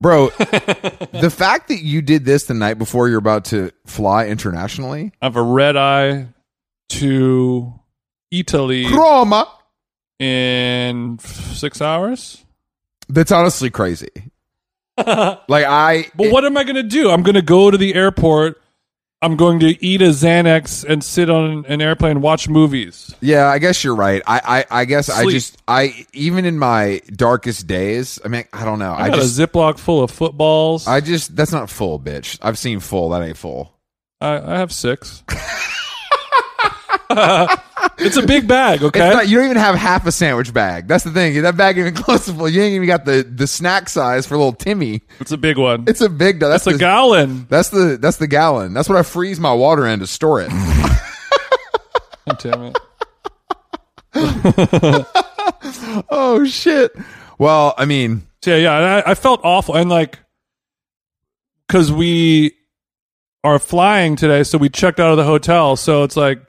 Speaker 2: Bro, the fact that you did this the night before you're about to fly internationally,
Speaker 1: I have a red eye to Italy
Speaker 2: Roma,
Speaker 1: in f- six hours.
Speaker 2: that's honestly crazy. Like I,
Speaker 1: But what am I going to do? I'm going to go to the airport. I'm going to eat a Xanax and sit on an airplane and watch movies.
Speaker 2: yeah, I guess you're right. I, I, I guess I
Speaker 1: Sleep.
Speaker 2: just, I even in my darkest days, I mean, I don't know.
Speaker 1: I,
Speaker 2: I,
Speaker 1: got
Speaker 2: just,
Speaker 1: a Ziploc full of footballs. I,
Speaker 2: I just, that's not full, bitch. I've seen full. That ain't full.
Speaker 1: I, have six. it's a big bag, okay?
Speaker 2: It's not, you don't even have half a sandwich bag. That's the thing. That bag ain't even close to full. You ain't even got the the snack size for little Timmy.
Speaker 1: It's a big one.
Speaker 2: It's a big. That's,
Speaker 1: It's a
Speaker 2: the-
Speaker 1: gallon.
Speaker 2: That's the that's the gallon. That's what I freeze my water in to store it.
Speaker 1: God damn it.
Speaker 2: oh shit. Well, I mean,
Speaker 1: So, yeah, yeah. And I, I felt awful. And like, because we are flying today, so we checked out of the hotel. So it's like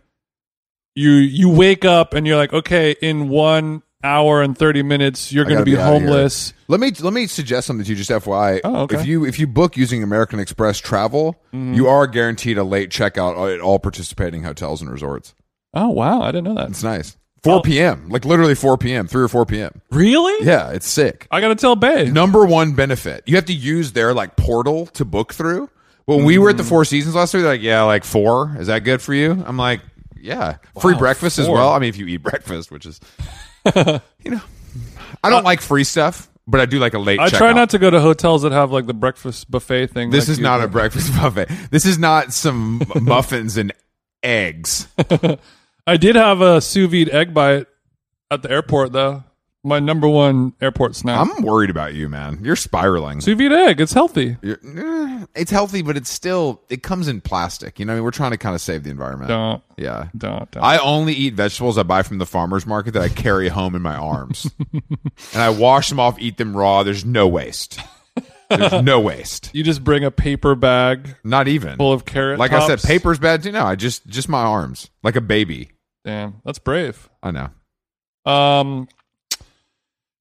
Speaker 1: you you wake up and you're like, okay, in one hour and thirty minutes, you're going to
Speaker 2: gotta
Speaker 1: be,
Speaker 2: be outta here.
Speaker 1: homeless.
Speaker 2: let me let me suggest something to you just FYI.
Speaker 1: Oh, okay. Mm-hmm.
Speaker 2: If you if you book using American Express travel, you are guaranteed a late checkout at all participating hotels and resorts.
Speaker 1: Oh wow, I didn't know that.
Speaker 2: It's nice. 4
Speaker 1: Oh.
Speaker 2: p.m. Like literally 4 p.m. 3 or 4 p.m.
Speaker 1: Really?
Speaker 2: Yeah, it's sick.
Speaker 1: I got to tell Bay.
Speaker 2: Number one benefit. You have to use their like portal to book through. When we were at the
Speaker 1: Mm.
Speaker 2: Four Seasons last week, they're like, yeah, like four. Is that good for you? I'm like, yeah. free breakfast as
Speaker 1: four.
Speaker 2: well. I mean, if you eat breakfast, which is, you know, I don't like free stuff, but I do like a late
Speaker 1: Uh, I try
Speaker 2: checkout.
Speaker 1: not to go to hotels that have like the breakfast buffet thing.
Speaker 2: This
Speaker 1: like
Speaker 2: is
Speaker 1: you-
Speaker 2: not a breakfast buffet. This is not some muffins and eggs.
Speaker 1: I did have a sous vide egg bite at the airport though. My number one airport snack.
Speaker 2: I'm worried about you, man. You're spiraling.
Speaker 1: sous vide egg. It's healthy.
Speaker 2: You're- eh, it's healthy, but it's still, it comes in plastic. You know, I mean, we're trying to kind of save the environment.
Speaker 1: Don't
Speaker 2: Yeah.
Speaker 1: don't don't.
Speaker 2: I only eat vegetables I buy from the farmer's market that I carry home in my arms. and I wash them off, eat them raw. There's no waste. There's no waste.
Speaker 1: You just bring a paper bag
Speaker 2: Not even.
Speaker 1: full of carrot.
Speaker 2: like I said,
Speaker 1: tops.
Speaker 2: paper's bad too. No, I just just my arms, like a baby.
Speaker 1: Damn, that's brave.
Speaker 2: I know.
Speaker 1: Um,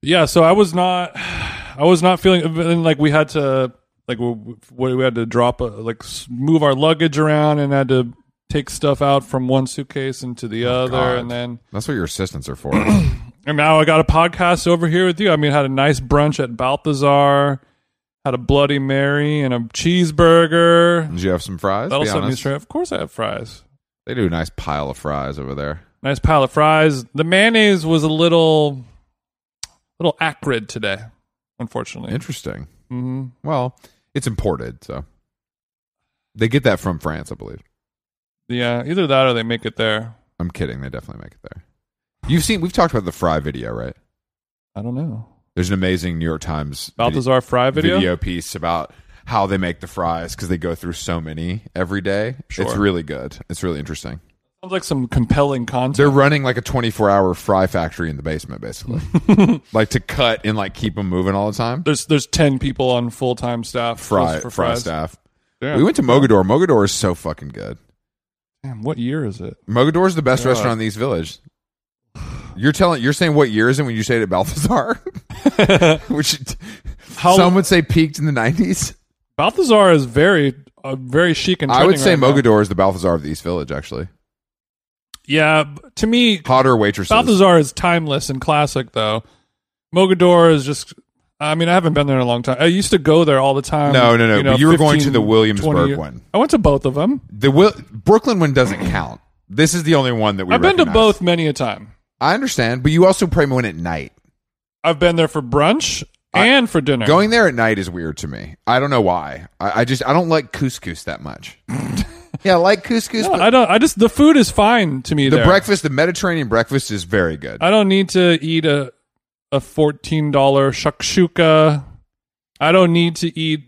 Speaker 1: yeah. So I was not, I was not feeling. And like we had to, like we, we had to drop, a, like s- move our luggage around and had to take stuff out from one suitcase into the other,
Speaker 2: Oh, God.
Speaker 1: and then
Speaker 2: That's what your assistants are for.
Speaker 1: and now I got a podcast over here with you. I mean, had a nice brunch at Balthazar, had a Bloody Mary and a cheeseburger.
Speaker 2: Did you have some fries?
Speaker 1: That'll
Speaker 2: Mm. Be
Speaker 1: set me
Speaker 2: honest.
Speaker 1: straight. Of course, I have fries.
Speaker 2: They do a nice pile of fries over there.
Speaker 1: Nice pile of fries. The mayonnaise was a little, little acrid today, unfortunately.
Speaker 2: Interesting.
Speaker 1: hmm
Speaker 2: Well, it's imported, so they get that from France, I believe.
Speaker 1: Yeah, either that or they make it there.
Speaker 2: I'm kidding. They definitely make it there. You've seen. We've talked about the fry video, right?
Speaker 1: I don't know.
Speaker 2: There's an amazing New York Times video,
Speaker 1: Balthazar Fry video.
Speaker 2: video piece about how they make the fries because they go through so many every day. It's
Speaker 1: Sure.
Speaker 2: really good. It's really interesting.
Speaker 1: sounds like some compelling
Speaker 2: They're
Speaker 1: content.
Speaker 2: running like a 24 hour fry factory in the basement, basically, like to cut and like keep them moving all the time.
Speaker 1: There's there's ten people on full time staff.
Speaker 2: Fry,
Speaker 1: just for
Speaker 2: fry
Speaker 1: fries.
Speaker 2: staff.
Speaker 1: Damn.
Speaker 2: We went to Mogador. Mogador is so fucking good.
Speaker 1: Damn, what year is it?
Speaker 2: Mogador is the best
Speaker 1: Yeah.
Speaker 2: restaurant in the East Village. You're telling, you're saying what year is it when you say it at Balthazar, which
Speaker 1: How-
Speaker 2: some would say peaked in the 90s.
Speaker 1: Balthazar is very uh, very chic and.
Speaker 2: I would
Speaker 1: trending
Speaker 2: say
Speaker 1: right now.
Speaker 2: Mogador is the Balthazar of the East Village, actually.
Speaker 1: Yeah, b- to me,
Speaker 2: Hotter waitresses.
Speaker 1: Balthazar is timeless and classic though. Mogador is just. I mean, I haven't been there in a long time. I used to go there all the time.
Speaker 2: No, no, no, but you were going to the
Speaker 1: 15,
Speaker 2: Williamsburg
Speaker 1: 20 year-
Speaker 2: one.
Speaker 1: I went to both of them.
Speaker 2: The Will- Brooklyn one doesn't count. This is the only one that we
Speaker 1: I've been to
Speaker 2: recognize.
Speaker 1: both many a time.
Speaker 2: I understand, but you also pray one at night.
Speaker 1: I've been there for brunch and for dinner.
Speaker 2: Going there at night is weird to me. I don't know why. I, I just I don't like couscous that much. yeah, I like couscous.
Speaker 1: No,
Speaker 2: but
Speaker 1: I don't. I just the food is fine to me.
Speaker 2: the
Speaker 1: there.
Speaker 2: breakfast, the Mediterranean breakfast, is very good.
Speaker 1: I don't need to eat a a fourteen dollar shakshuka. I don't need to eat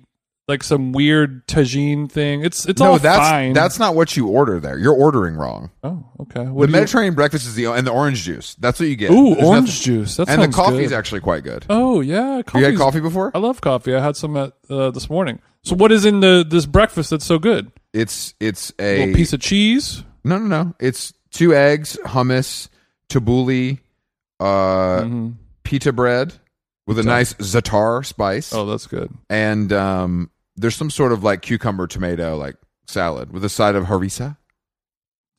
Speaker 1: like some weird tagine thing. It's it's all
Speaker 2: no, that's
Speaker 1: fine.
Speaker 2: that's not what you order there. You're ordering wrong.
Speaker 1: oh okay.
Speaker 2: The
Speaker 1: What do you-
Speaker 2: Mediterranean breakfast is the and the orange juice. That's what you get.
Speaker 1: Ooh,
Speaker 2: There's
Speaker 1: orange
Speaker 2: nothing-
Speaker 1: juice. That
Speaker 2: and the
Speaker 1: sounds
Speaker 2: coffee is
Speaker 1: good.
Speaker 2: actually quite good.
Speaker 1: Oh yeah,
Speaker 2: you had
Speaker 1: coffee's- uh,
Speaker 2: coffee before?
Speaker 1: I love coffee. I had some at, uh, this morning. So what is in the this breakfast that's so good?
Speaker 2: It's it's
Speaker 1: A
Speaker 2: a
Speaker 1: little piece of cheese.
Speaker 2: No, no, no. It's two eggs, hummus, tabbouleh, uh,
Speaker 1: Mm. Mm-hmm.
Speaker 2: pita bread with a nice za'atar spice,
Speaker 1: Oh, that's good.
Speaker 2: and um, there's some sort of like cucumber tomato like salad with a side of harissa.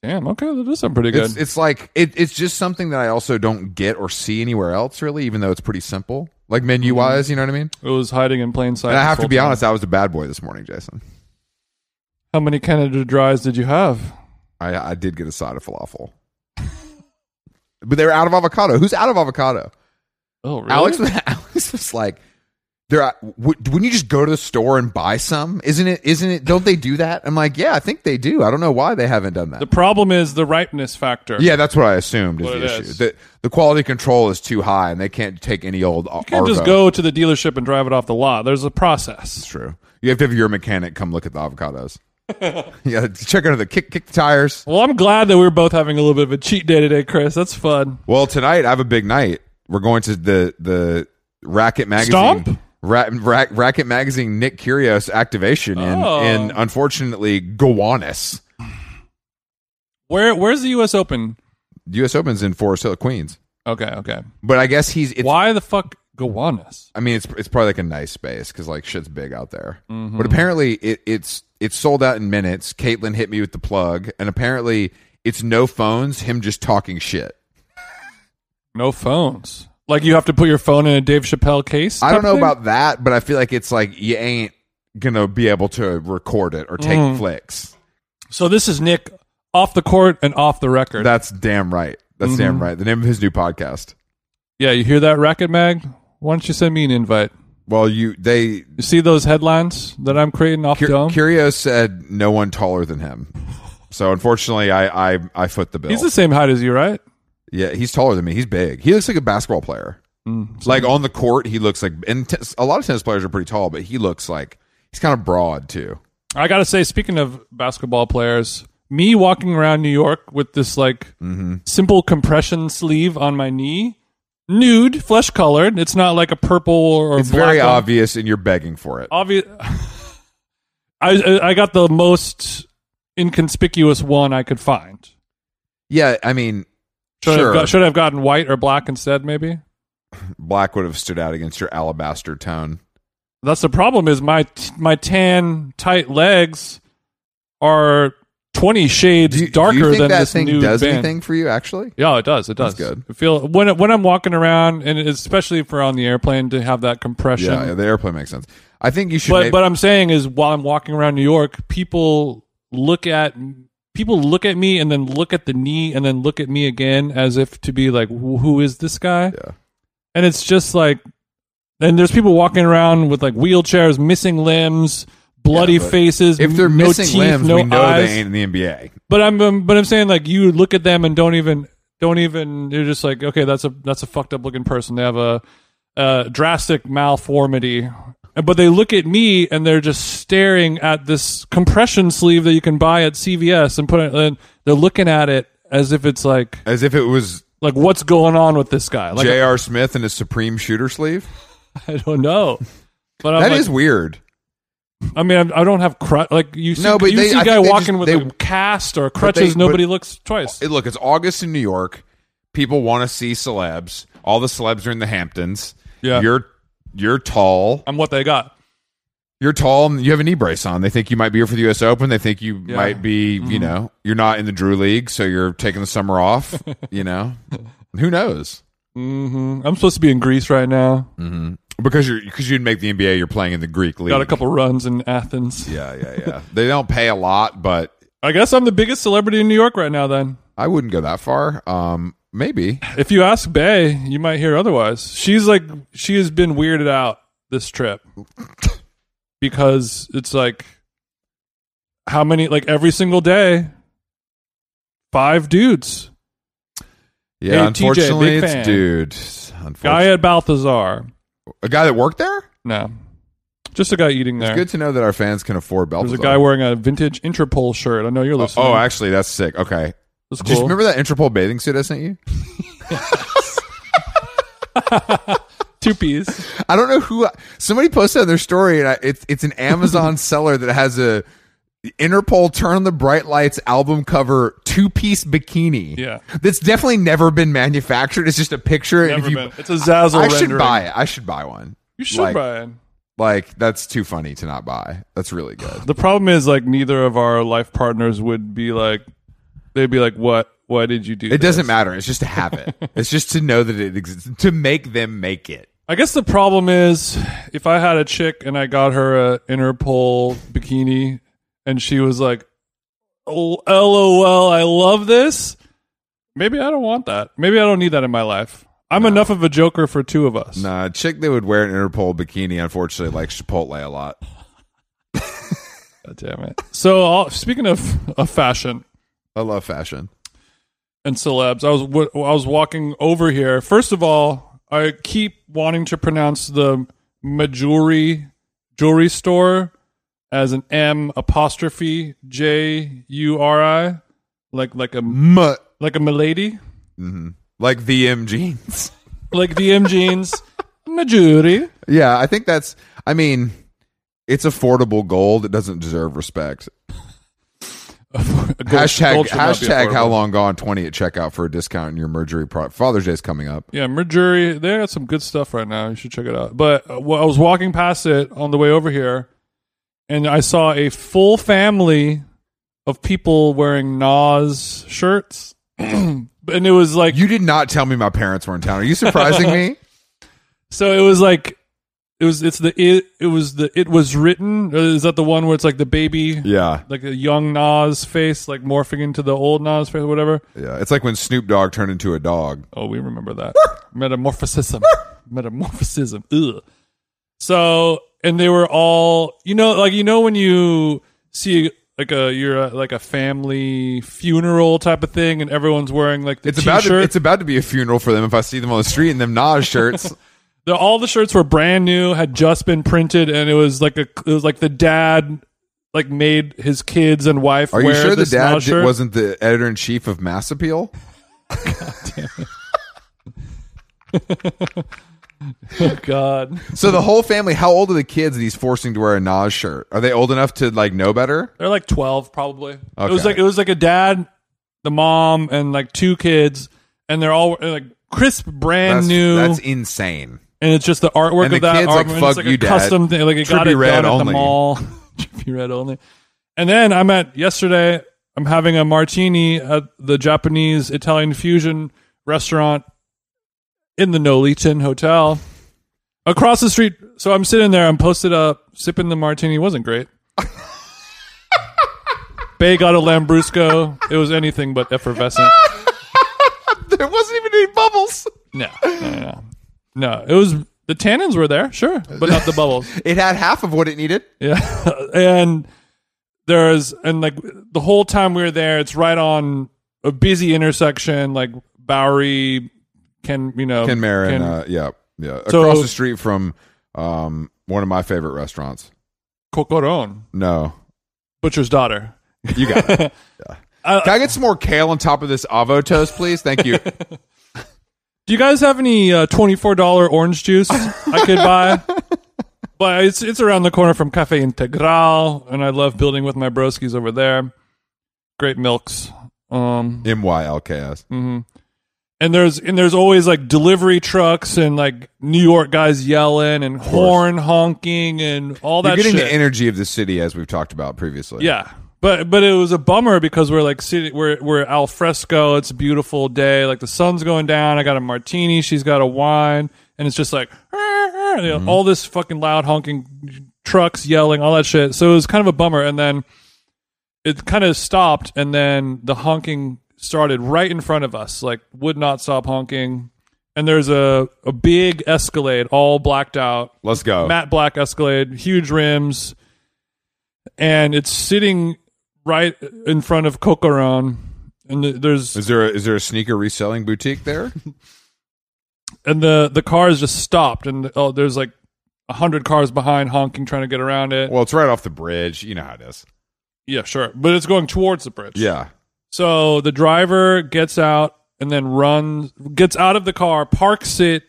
Speaker 1: Damn. Okay, that does sound pretty good.
Speaker 2: It's it's like it, it's just something that I also don't get or see anywhere else really, even though it's pretty simple. Like menu
Speaker 1: Mm-hmm.
Speaker 2: wise, you know what I mean?
Speaker 1: it was hiding in plain sight.
Speaker 2: And I
Speaker 1: this
Speaker 2: have to
Speaker 1: whole
Speaker 2: be
Speaker 1: time.
Speaker 2: honest, I was a bad boy this morning, Jason.
Speaker 1: How many Canada Dries did you have?
Speaker 2: I I did get a side of falafel. but they were out of avocado. Who's out of avocado?
Speaker 1: Oh, really?
Speaker 2: Alex, was, Alex was like, "There, are- w- wouldn't you just go to the store and buy some? Isn't it? Isn't it? Don't they do that?" I'm like, "Yeah, I think they do. I don't know why they haven't done that."
Speaker 1: The problem is the ripeness factor.
Speaker 2: yeah, that's what I assumed is
Speaker 1: What
Speaker 2: the
Speaker 1: it
Speaker 2: issue.
Speaker 1: is.
Speaker 2: The, the quality control is too high, and they can't take any old. You
Speaker 1: You can't just go to the dealership and drive it off the lot. There's a process.
Speaker 2: True. You have to have your mechanic come look at the avocados. yeah, check under the kick, kick the tires.
Speaker 1: Well, I'm glad that we are both having a little bit of a cheat day today, Chris. That's fun.
Speaker 2: Well, tonight I have a big night. We're going to the the Racket magazine.
Speaker 1: Stomp?
Speaker 2: Ra- Ra- Racket magazine Nick Curios activation in
Speaker 1: Oh.
Speaker 2: in unfortunately Gowanus.
Speaker 1: Where Where's the U.S. Open?
Speaker 2: U.S. Open's in Forest Hill, Queens.
Speaker 1: Okay, okay.
Speaker 2: But I guess he's. It's,
Speaker 1: Why the fuck Gowanus?
Speaker 2: I mean, it's it's probably like a nice space because like shit's big out there.
Speaker 1: Mm-hmm.
Speaker 2: But apparently, it, it's it's sold out in minutes. Caitlin hit me with the plug, and apparently, it's no phones. Him just talking shit.
Speaker 1: No phones. Like you have to put your phone in a Dave Chappelle case.
Speaker 2: I
Speaker 1: type
Speaker 2: don't know
Speaker 1: thing?
Speaker 2: about that, but I feel like it's like you ain't gonna be able to record it or
Speaker 1: Mm.
Speaker 2: take flicks.
Speaker 1: So this is Nick off the court and off the record.
Speaker 2: That's damn right. That's
Speaker 1: Mm-hmm.
Speaker 2: damn right. The name of his new podcast.
Speaker 1: yeah, you hear that racket mag? Why don't you send me an invite?
Speaker 2: Well, you they
Speaker 1: You see those headlines that I'm creating off the
Speaker 2: Cur-
Speaker 1: dome?
Speaker 2: Curio said no one taller than him. So unfortunately, I I, I foot the bill.
Speaker 1: He's the same height as you, right?
Speaker 2: yeah, he's taller than me. He's big. He looks like a basketball player.
Speaker 1: Mm,
Speaker 2: like on the court, he looks like and t- a lot of tennis players are pretty tall, but he looks like he's kind of broad too.
Speaker 1: I gotta say, speaking of basketball players, me
Speaker 2: Mm-hmm.
Speaker 1: walking around New York with this like simple compression sleeve on my knee nude, flesh colored. It's not like a purple or
Speaker 2: It's
Speaker 1: black Oh.
Speaker 2: very
Speaker 1: one.
Speaker 2: obvious, and you're begging for it.
Speaker 1: obvious. I- I I got the most inconspicuous one I could find.
Speaker 2: Yeah, I mean,
Speaker 1: Should, I
Speaker 2: sure,
Speaker 1: have got- should I have gotten white or black instead? Maybe
Speaker 2: black would have stood out against your alabaster tone.
Speaker 1: that's the problem. Is my my tan tight legs are twenty shades
Speaker 2: Do you, do you
Speaker 1: darker
Speaker 2: think
Speaker 1: than
Speaker 2: that
Speaker 1: this
Speaker 2: thing
Speaker 1: nude
Speaker 2: does
Speaker 1: band.
Speaker 2: anything for you? Actually,
Speaker 1: Yeah, it does. It does.
Speaker 2: That's good.
Speaker 1: I feel when when I'm walking around, and especially if we're on the airplane, to have that compression.
Speaker 2: yeah, the airplane makes sense. I think you should.
Speaker 1: but
Speaker 2: make-
Speaker 1: but I'm saying is while I'm walking around New York, people look at people look at me and then look at the knee and then look at me again as if to be like, "Wh- who is this guy?
Speaker 2: Yeah.
Speaker 1: And it's just like, and there's people walking around with like wheelchairs, missing limbs, bloody
Speaker 2: Yeah, but
Speaker 1: faces.
Speaker 2: if they're
Speaker 1: no
Speaker 2: missing
Speaker 1: teeth,
Speaker 2: limbs,
Speaker 1: no
Speaker 2: we know
Speaker 1: eyes.
Speaker 2: they ain't in the NBA.
Speaker 1: But I'm um, but I'm saying like you look at them and don't even don't even you're just like okay that's a that's a fucked up looking person they have a, uh drastic malformity And- but they look at me and they're just staring at this compression sleeve that you can buy at CVS and put it and they're looking at it as if it's like
Speaker 2: As if it was
Speaker 1: like what's going on with this guy like
Speaker 2: J.R. Smith in his Supreme shooter sleeve.
Speaker 1: I don't know but I'm
Speaker 2: That is
Speaker 1: like,
Speaker 2: weird.
Speaker 1: I mean I'm- I don't have crutch like you see
Speaker 2: No, but
Speaker 1: you
Speaker 2: they-
Speaker 1: see
Speaker 2: I
Speaker 1: a guy
Speaker 2: think they
Speaker 1: walking
Speaker 2: just-
Speaker 1: with
Speaker 2: they-
Speaker 1: a cast or crutches
Speaker 2: but-
Speaker 1: nobody looks twice
Speaker 2: Hey, look, it's August in New York. People want to see celebs. All the celebs are in the Hamptons.
Speaker 1: Yeah.
Speaker 2: You're you're tall.
Speaker 1: I'm what they got
Speaker 2: You're tall and you have a knee brace on. They think you might be here for the US Open. They think you
Speaker 1: Yeah. Mm-hmm.
Speaker 2: might be, you know, you're not in the Drew League, so you're taking the summer off, you know. Who knows?
Speaker 1: hmm I'm supposed to be in Greece right now.
Speaker 2: Because you're because you'd make the NBA, you're playing in the Greek league.
Speaker 1: Got a couple runs in Athens.
Speaker 2: Yeah, yeah, yeah. they don't pay a lot, but
Speaker 1: I guess I'm the biggest celebrity in New York right now. Then,
Speaker 2: I wouldn't go that far. Um maybe.
Speaker 1: if you ask Bay, you might hear otherwise. She's like, she has been weirded out this trip because it's like, how many? Like every single day, five dudes.
Speaker 2: Yeah,
Speaker 1: Hey, TJ, big
Speaker 2: unfortunately it's
Speaker 1: fan.
Speaker 2: dude.
Speaker 1: Guy
Speaker 2: Unfortunately.
Speaker 1: at Balthazar.
Speaker 2: A guy that worked there?
Speaker 1: No, just a guy eating there.
Speaker 2: It's good to know that our fans can afford Belfast.
Speaker 1: There's a guy wearing a vintage Interpol shirt. I know you're listening.
Speaker 2: Oh, actually, that's sick. Okay.
Speaker 1: That's
Speaker 2: Do you
Speaker 1: cool.
Speaker 2: remember that Interpol bathing suit I sent you?
Speaker 1: Two piece.
Speaker 2: I don't know who. Somebody posted on their story, and I, it's it's an Amazon seller that has a Interpol "Turn on the Bright Lights" album cover two piece bikini.
Speaker 1: Yeah.
Speaker 2: that's definitely never been manufactured. It's just a picture. and
Speaker 1: Never
Speaker 2: if you,
Speaker 1: been. It's a Zazzle
Speaker 2: I
Speaker 1: rendering.
Speaker 2: should buy it. I should buy one.
Speaker 1: You should
Speaker 2: Like-
Speaker 1: buy it.
Speaker 2: Like that's too funny to not buy. That's really good.
Speaker 1: The problem is like neither of our life partners would be like they'd be like what why did you do
Speaker 2: It doesn't matter. It's just to have it. it's just to know that it exists. To make them make it.
Speaker 1: I guess the problem is if I had a chick and I got her a Interpol bikini and she was like "Oh, LOL I love this maybe I don't want that. Maybe I don't need that in my life. I'm enough of a joker for two of us.
Speaker 2: Nah, Uh, a chick that would wear an Interpol bikini, unfortunately, likes Chipotle a lot.
Speaker 1: God damn it. So I'll, speaking of, of fashion,
Speaker 2: I love fashion.
Speaker 1: and celebs. I was w- I was walking over here. First of all, I keep wanting to pronounce the Majuri jewelry store as an M apostrophe J U R I, like like a
Speaker 2: Muh.
Speaker 1: like a milady,
Speaker 2: Like VM jeans.
Speaker 1: like the M jeans. Majuri.
Speaker 2: yeah, I think that's, I mean, it's affordable gold. It doesn't deserve respect. hashtag hashtag how long gone 20 at checkout for a discount in your mergery product. Father's Day is coming up.
Speaker 1: Yeah, Mercury, they got some good stuff right now. You should check it out. But uh, well, I was walking past it on the way over here, and I saw a full family of people wearing Nas shirts, and it was like
Speaker 2: You did not tell me my parents were in town. Are you surprising me?
Speaker 1: so. It was like it was. It's the it. It was the it was written. uh, Is that the one where it's like the baby,
Speaker 2: Yeah.
Speaker 1: like a young Nas face, like morphing into the old Nas face, or whatever.
Speaker 2: Yeah. It's like when Snoop Dogg turned into a dog.
Speaker 1: Oh, we remember that. Metamorphosism. Metamorphosism. Ugh. So, and they were all, you know, like you know when you see like a you're a, like a family funeral type of thing, and everyone's wearing like the
Speaker 2: It's
Speaker 1: t-shirt.
Speaker 2: about to, it's about to be a funeral for them if I see them on the street in them Nas shirts.
Speaker 1: The- all the shirts were brand new, had just been printed, and it was like a it was like the dad like made his kids and wife.
Speaker 2: Are you
Speaker 1: wear
Speaker 2: sure the
Speaker 1: this
Speaker 2: dad
Speaker 1: Nas
Speaker 2: di-
Speaker 1: shirt.
Speaker 2: wasn't the editor in chief of Mass Appeal?
Speaker 1: Oh, God.
Speaker 2: So the whole family, how old are the kids that he's forcing to wear a Nas shirt? Are they old enough to like know better?
Speaker 1: They're like twelve, probably. It was
Speaker 2: Okay.
Speaker 1: like it was like a dad, the mom, and like two kids, and they're all they're, like crisp, brand
Speaker 2: That's,
Speaker 1: new,
Speaker 2: that's insane.
Speaker 1: and it's just the artwork
Speaker 2: And
Speaker 1: of
Speaker 2: the
Speaker 1: that.
Speaker 2: kids,
Speaker 1: artwork.
Speaker 2: like,
Speaker 1: and
Speaker 2: "Fuck
Speaker 1: it's like
Speaker 2: you,
Speaker 1: a
Speaker 2: Dad."
Speaker 1: custom thing. Like it got
Speaker 2: Trippy
Speaker 1: it
Speaker 2: red
Speaker 1: done at the
Speaker 2: only.
Speaker 1: mall. Trippy red only. And then I'm at yesterday. I'm having a martini at the Japanese Italian fusion restaurant in the Noliton Hotel across the street. So I'm sitting there. I'm posted up, sipping the martini. It wasn't great. Bay got a Lambrusco. It was anything but effervescent.
Speaker 2: There wasn't even any bubbles.
Speaker 1: No, no, no, no. No, it was the tannins were there, sure, but not the bubbles.
Speaker 2: It had half of what it needed.
Speaker 1: Yeah, and there's and like the whole time we were there, it's right on a busy intersection, like Bowery, Ken, you know,
Speaker 2: Ken Marin,
Speaker 1: Ken-
Speaker 2: uh, yeah, yeah,
Speaker 1: So-
Speaker 2: across the street from um, one of my favorite restaurants.
Speaker 1: Cocoron,
Speaker 2: No,
Speaker 1: butcher's daughter.
Speaker 2: you got it. Yeah. Can I get some more kale on top of this avo toast, please? Thank you.
Speaker 1: Do you guys have any uh, twenty-four dollar orange juice I could buy? but it's it's around the corner from Cafe Integral, and I love building with my broskies over there. Great milks. Um,
Speaker 2: M Y L K S.
Speaker 1: and there's and there's always like delivery trucks and like New York guys yelling and horn honking and all
Speaker 2: You're
Speaker 1: that
Speaker 2: getting
Speaker 1: shit.
Speaker 2: the energy of the city as we've talked about previously.
Speaker 1: yeah. But but it was a bummer because we're like sitting we're we're al fresco, it's a beautiful day, like the sun's going down, I got a martini, she's got a wine, and it's just like "Ah, you know, all this fucking loud honking trucks yelling, all that shit. So it was kind of a bummer and then it kind of stopped and then the honking started right in front of us like would not stop honking and there's a, a big escalade all blacked out
Speaker 2: Let's go.
Speaker 1: matte black escalade huge rims and it's sitting right in front of cocoron and the- there's
Speaker 2: is there a, is there a sneaker reselling boutique there?
Speaker 1: and the the car is just stopped and oh there's like a hundred cars behind honking trying to get around it
Speaker 2: well, it's right off the bridge. You know how it is.
Speaker 1: yeah sure but it's going towards the bridge
Speaker 2: Yeah.
Speaker 1: So the driver gets out and then runs, gets out of the car, parks it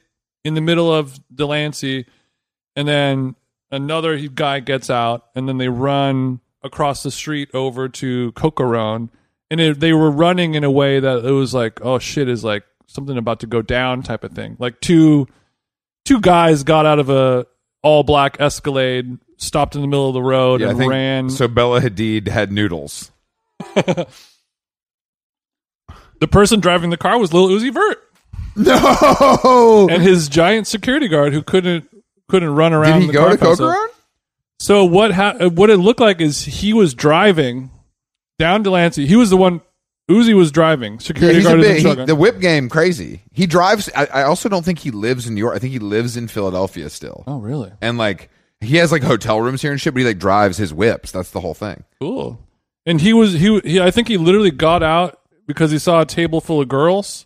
Speaker 1: in the middle of Delancey, and then another guy gets out, and then they run across the street over to Cocorone. And it, they were running in a way that it was like, oh shit, is like something about to go down type of thing. Like two two guys got out of a all black Escalade, stopped in the middle of the road,
Speaker 2: yeah I
Speaker 1: and
Speaker 2: think-
Speaker 1: ran.
Speaker 2: So Bella Hadid had noodles.
Speaker 1: the person driving the car was Lil Uzi Vert.
Speaker 2: No.
Speaker 1: and his giant security guard who couldn't couldn't run around.
Speaker 2: Did he
Speaker 1: the
Speaker 2: go
Speaker 1: car
Speaker 2: to
Speaker 1: fast enough.
Speaker 2: Cocorone?
Speaker 1: So what? Ha- what it looked like is he was driving down Delancey. He was the one. Uzi was driving.
Speaker 2: Yeah,
Speaker 1: Security
Speaker 2: he's a
Speaker 1: guard is in
Speaker 2: bit- he-
Speaker 1: shotgun.
Speaker 2: the whip game crazy. He drives. I, I also don't think he lives in New York. I think he lives in Philadelphia still.
Speaker 1: oh, really?
Speaker 2: And like he has like hotel rooms here and shit, but he like drives his whips. That's the whole thing.
Speaker 1: Cool. And he was he, he. I think he literally got out because he saw a table full of girls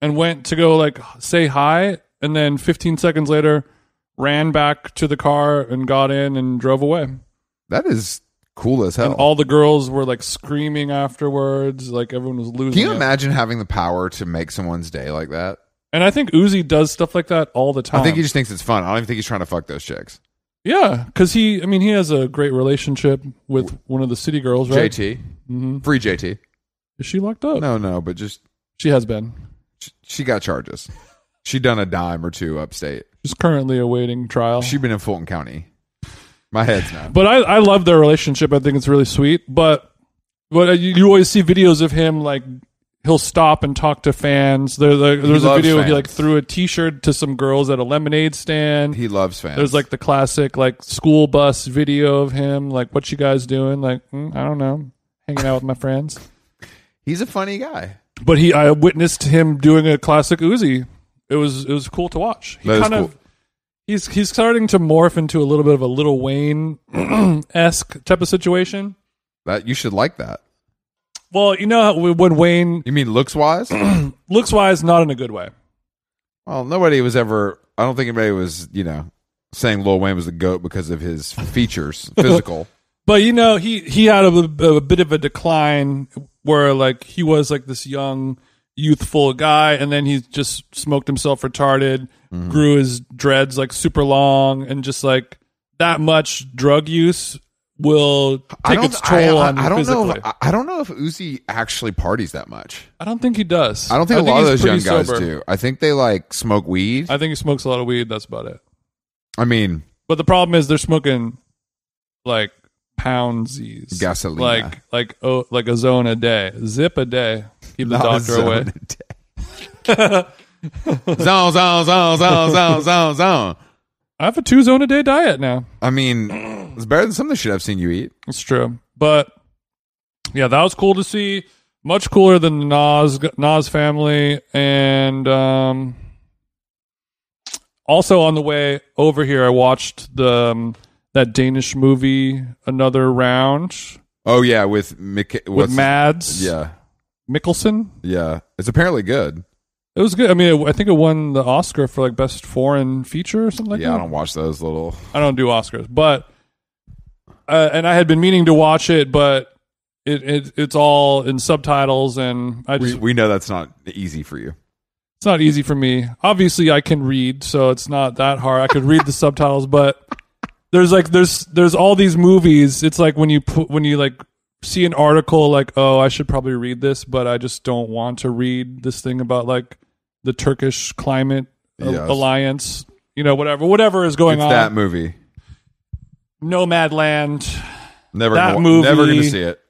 Speaker 1: and went to go like say hi, and then 15 seconds later ran back to the car and got in and drove away.
Speaker 2: That is cool as hell.
Speaker 1: And all the girls were like screaming afterwards, like everyone was losing.
Speaker 2: Can you
Speaker 1: it.
Speaker 2: imagine having the power to make someone's day like that?
Speaker 1: And I think Uzi does stuff like that all the time.
Speaker 2: I think he just thinks it's fun. I don't even think he's trying to fuck those chicks.
Speaker 1: yeah, because he, I mean, he has a great relationship with one of the city girls, right? Mm-hmm.
Speaker 2: JT, free JT.
Speaker 1: Is she locked up?
Speaker 2: No, no, but just
Speaker 1: She has been.
Speaker 2: sh- she got charges. She done a dime or two upstate.
Speaker 1: She's currently awaiting trial.
Speaker 2: She been in Fulton County. My head's not.
Speaker 1: but I, I love their relationship. I think it's really sweet. But, but uh, you, you always see videos of him like he'll stop and talk to fans. There, there, there's a
Speaker 2: loves
Speaker 1: video where he
Speaker 2: fans.
Speaker 1: like threw a T-shirt to some girls at a lemonade stand.
Speaker 2: He loves fans.
Speaker 1: There's like the classic like school bus video of him, like what you guys doing? Like mm, I don't know, hanging out with my friends.
Speaker 2: he's a funny guy.
Speaker 1: But he, I witnessed him doing a classic Uzi. It was it was cool to watch. He
Speaker 2: That is
Speaker 1: kind of
Speaker 2: cool.
Speaker 1: he's he's starting to morph into a little bit of a little Wayne esque type of situation.
Speaker 2: That you should like that.
Speaker 1: Well, you know how when Wayne
Speaker 2: You mean looks wise?
Speaker 1: looks wise, not in a good way.
Speaker 2: well, nobody was ever. I don't think anybody was. You know, saying Lil Wayne was the goat because of his features, physical.
Speaker 1: But you know, he he had a, a bit of a decline where like he was like this young youthful guy, and then he just smoked himself retarded,
Speaker 2: Mm-hmm.
Speaker 1: grew his dreads like super long, and just like that much drug use will
Speaker 2: I
Speaker 1: take
Speaker 2: don't,
Speaker 1: its toll
Speaker 2: I, I-
Speaker 1: on
Speaker 2: I don't know.
Speaker 1: physically.
Speaker 2: If, I- I don't know if Uzi actually parties that much.
Speaker 1: I don't think he does.
Speaker 2: I don't think a lot of
Speaker 1: he's
Speaker 2: those young
Speaker 1: pretty
Speaker 2: guys
Speaker 1: sober.
Speaker 2: do. I think they like smoke weed. I,
Speaker 1: I think he smokes a lot of weed. That's about it.
Speaker 2: mean,
Speaker 1: But the problem is they're smoking like poundsies,
Speaker 2: Gasolina.
Speaker 1: like like oh, like a zone a day, zip a day, keep the
Speaker 2: not a
Speaker 1: doctor
Speaker 2: zone
Speaker 1: away.
Speaker 2: a day. zone, zone, zone, zone, zone, zone, zone.
Speaker 1: I have a two zone a day diet now.
Speaker 2: I mean, it's better than some of the shit I've seen you eat.
Speaker 1: It's true, but yeah, that was cool to see. Much cooler than the Nas Nas family, and um, also on the way over here, I watched the um, that Danish movie Another Round
Speaker 2: Oh yeah, with Mick.
Speaker 1: with Mads
Speaker 2: Yeah,
Speaker 1: Mikkelsen.
Speaker 2: yeah. It's apparently good.
Speaker 1: It was good. I mean, it, I think it won the Oscar for like best foreign feature or something like
Speaker 2: yeah,
Speaker 1: that.
Speaker 2: I don't watch those little.
Speaker 1: I don't do Oscars, but uh, and I had been meaning to watch it, but it, it it's all in subtitles, and I
Speaker 2: We,
Speaker 1: just
Speaker 2: we know that's not easy for you.
Speaker 1: it's not easy for me. Obviously, I can read, so it's not that hard. I could read the subtitles, but there's like there's there's all these movies. It's like when you put when you like see an article like, "Oh, I should probably read this, but I just don't want to read this thing about like the Turkish climate a-
Speaker 2: Yes.
Speaker 1: alliance, you know, whatever whatever is going
Speaker 2: It's
Speaker 1: on.
Speaker 2: that movie.
Speaker 1: Nomad Land,
Speaker 2: Never
Speaker 1: That
Speaker 2: gonna,
Speaker 1: movie-
Speaker 2: Never gonna see it.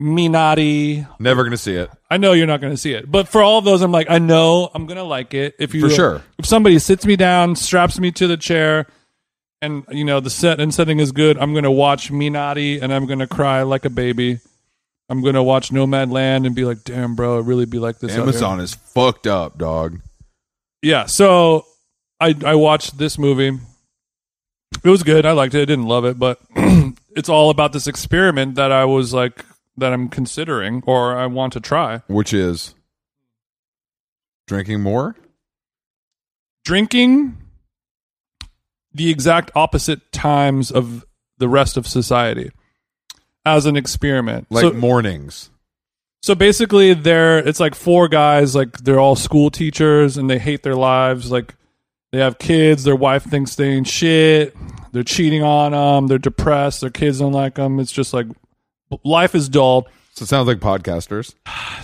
Speaker 1: Minati.
Speaker 2: Never gonna see it.
Speaker 1: I know you're not going to see it, but for all of those, I'm like, I know I'm going to like it. If you
Speaker 2: For sure.
Speaker 1: if somebody sits me down, straps me to the chair, and you know the set and setting is good, I'm going to watch Minati and I'm going to cry like a baby. I'm going to watch Nomad Land and be like, damn, bro, it really be like this. out here."
Speaker 2: Amazon is fucked up, dog.
Speaker 1: Yeah. So I I watched this movie. It was good. I liked it. I didn't love it, but it's all about this experiment that I was like that I'm considering or I want to try.
Speaker 2: Which is drinking more.
Speaker 1: drinking the exact opposite times of the rest of society as an experiment.
Speaker 2: like
Speaker 1: so,
Speaker 2: mornings.
Speaker 1: so basically, they're it's like four guys, like they're all school teachers, and they hate their lives. Like they have kids, their wife thinks they ain't shit. They're cheating on them. They're depressed. Their kids don't like them. It's just like life is dull.
Speaker 2: So it sounds like podcasters.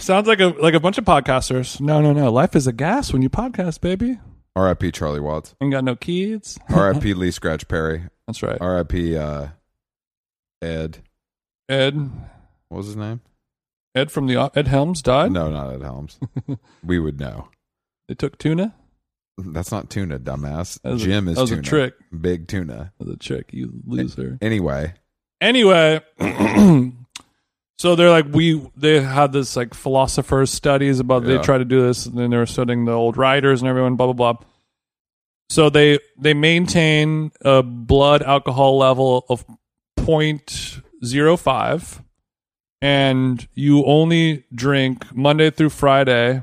Speaker 1: Sounds like a like a bunch of podcasters. No, no, no. Life is a gas when you podcast, baby.
Speaker 2: R.I.P. Charlie Watts.
Speaker 1: Ain't got no kids.
Speaker 2: R.I.P. Lee Scratch Perry.
Speaker 1: That's right.
Speaker 2: R.I.P. Uh, Ed.
Speaker 1: Ed,
Speaker 2: What was his name?
Speaker 1: Ed from the Ed Helms died.
Speaker 2: No, not Ed Helms. we would know.
Speaker 1: They took tuna.
Speaker 2: That's not tuna, dumbass.
Speaker 1: That was a-
Speaker 2: Jim is
Speaker 1: that was a
Speaker 2: tuna.
Speaker 1: trick.
Speaker 2: Big tuna.
Speaker 1: That was a trick, you loser.
Speaker 2: Anyway,
Speaker 1: Anyway, so they're like we. They had this like philosophers studies about
Speaker 2: Yeah.
Speaker 1: they try to do this, and then they were studying the old writers and everyone. Blah blah blah. So they they maintain a blood alcohol level of 0.05 and you only drink Monday through Friday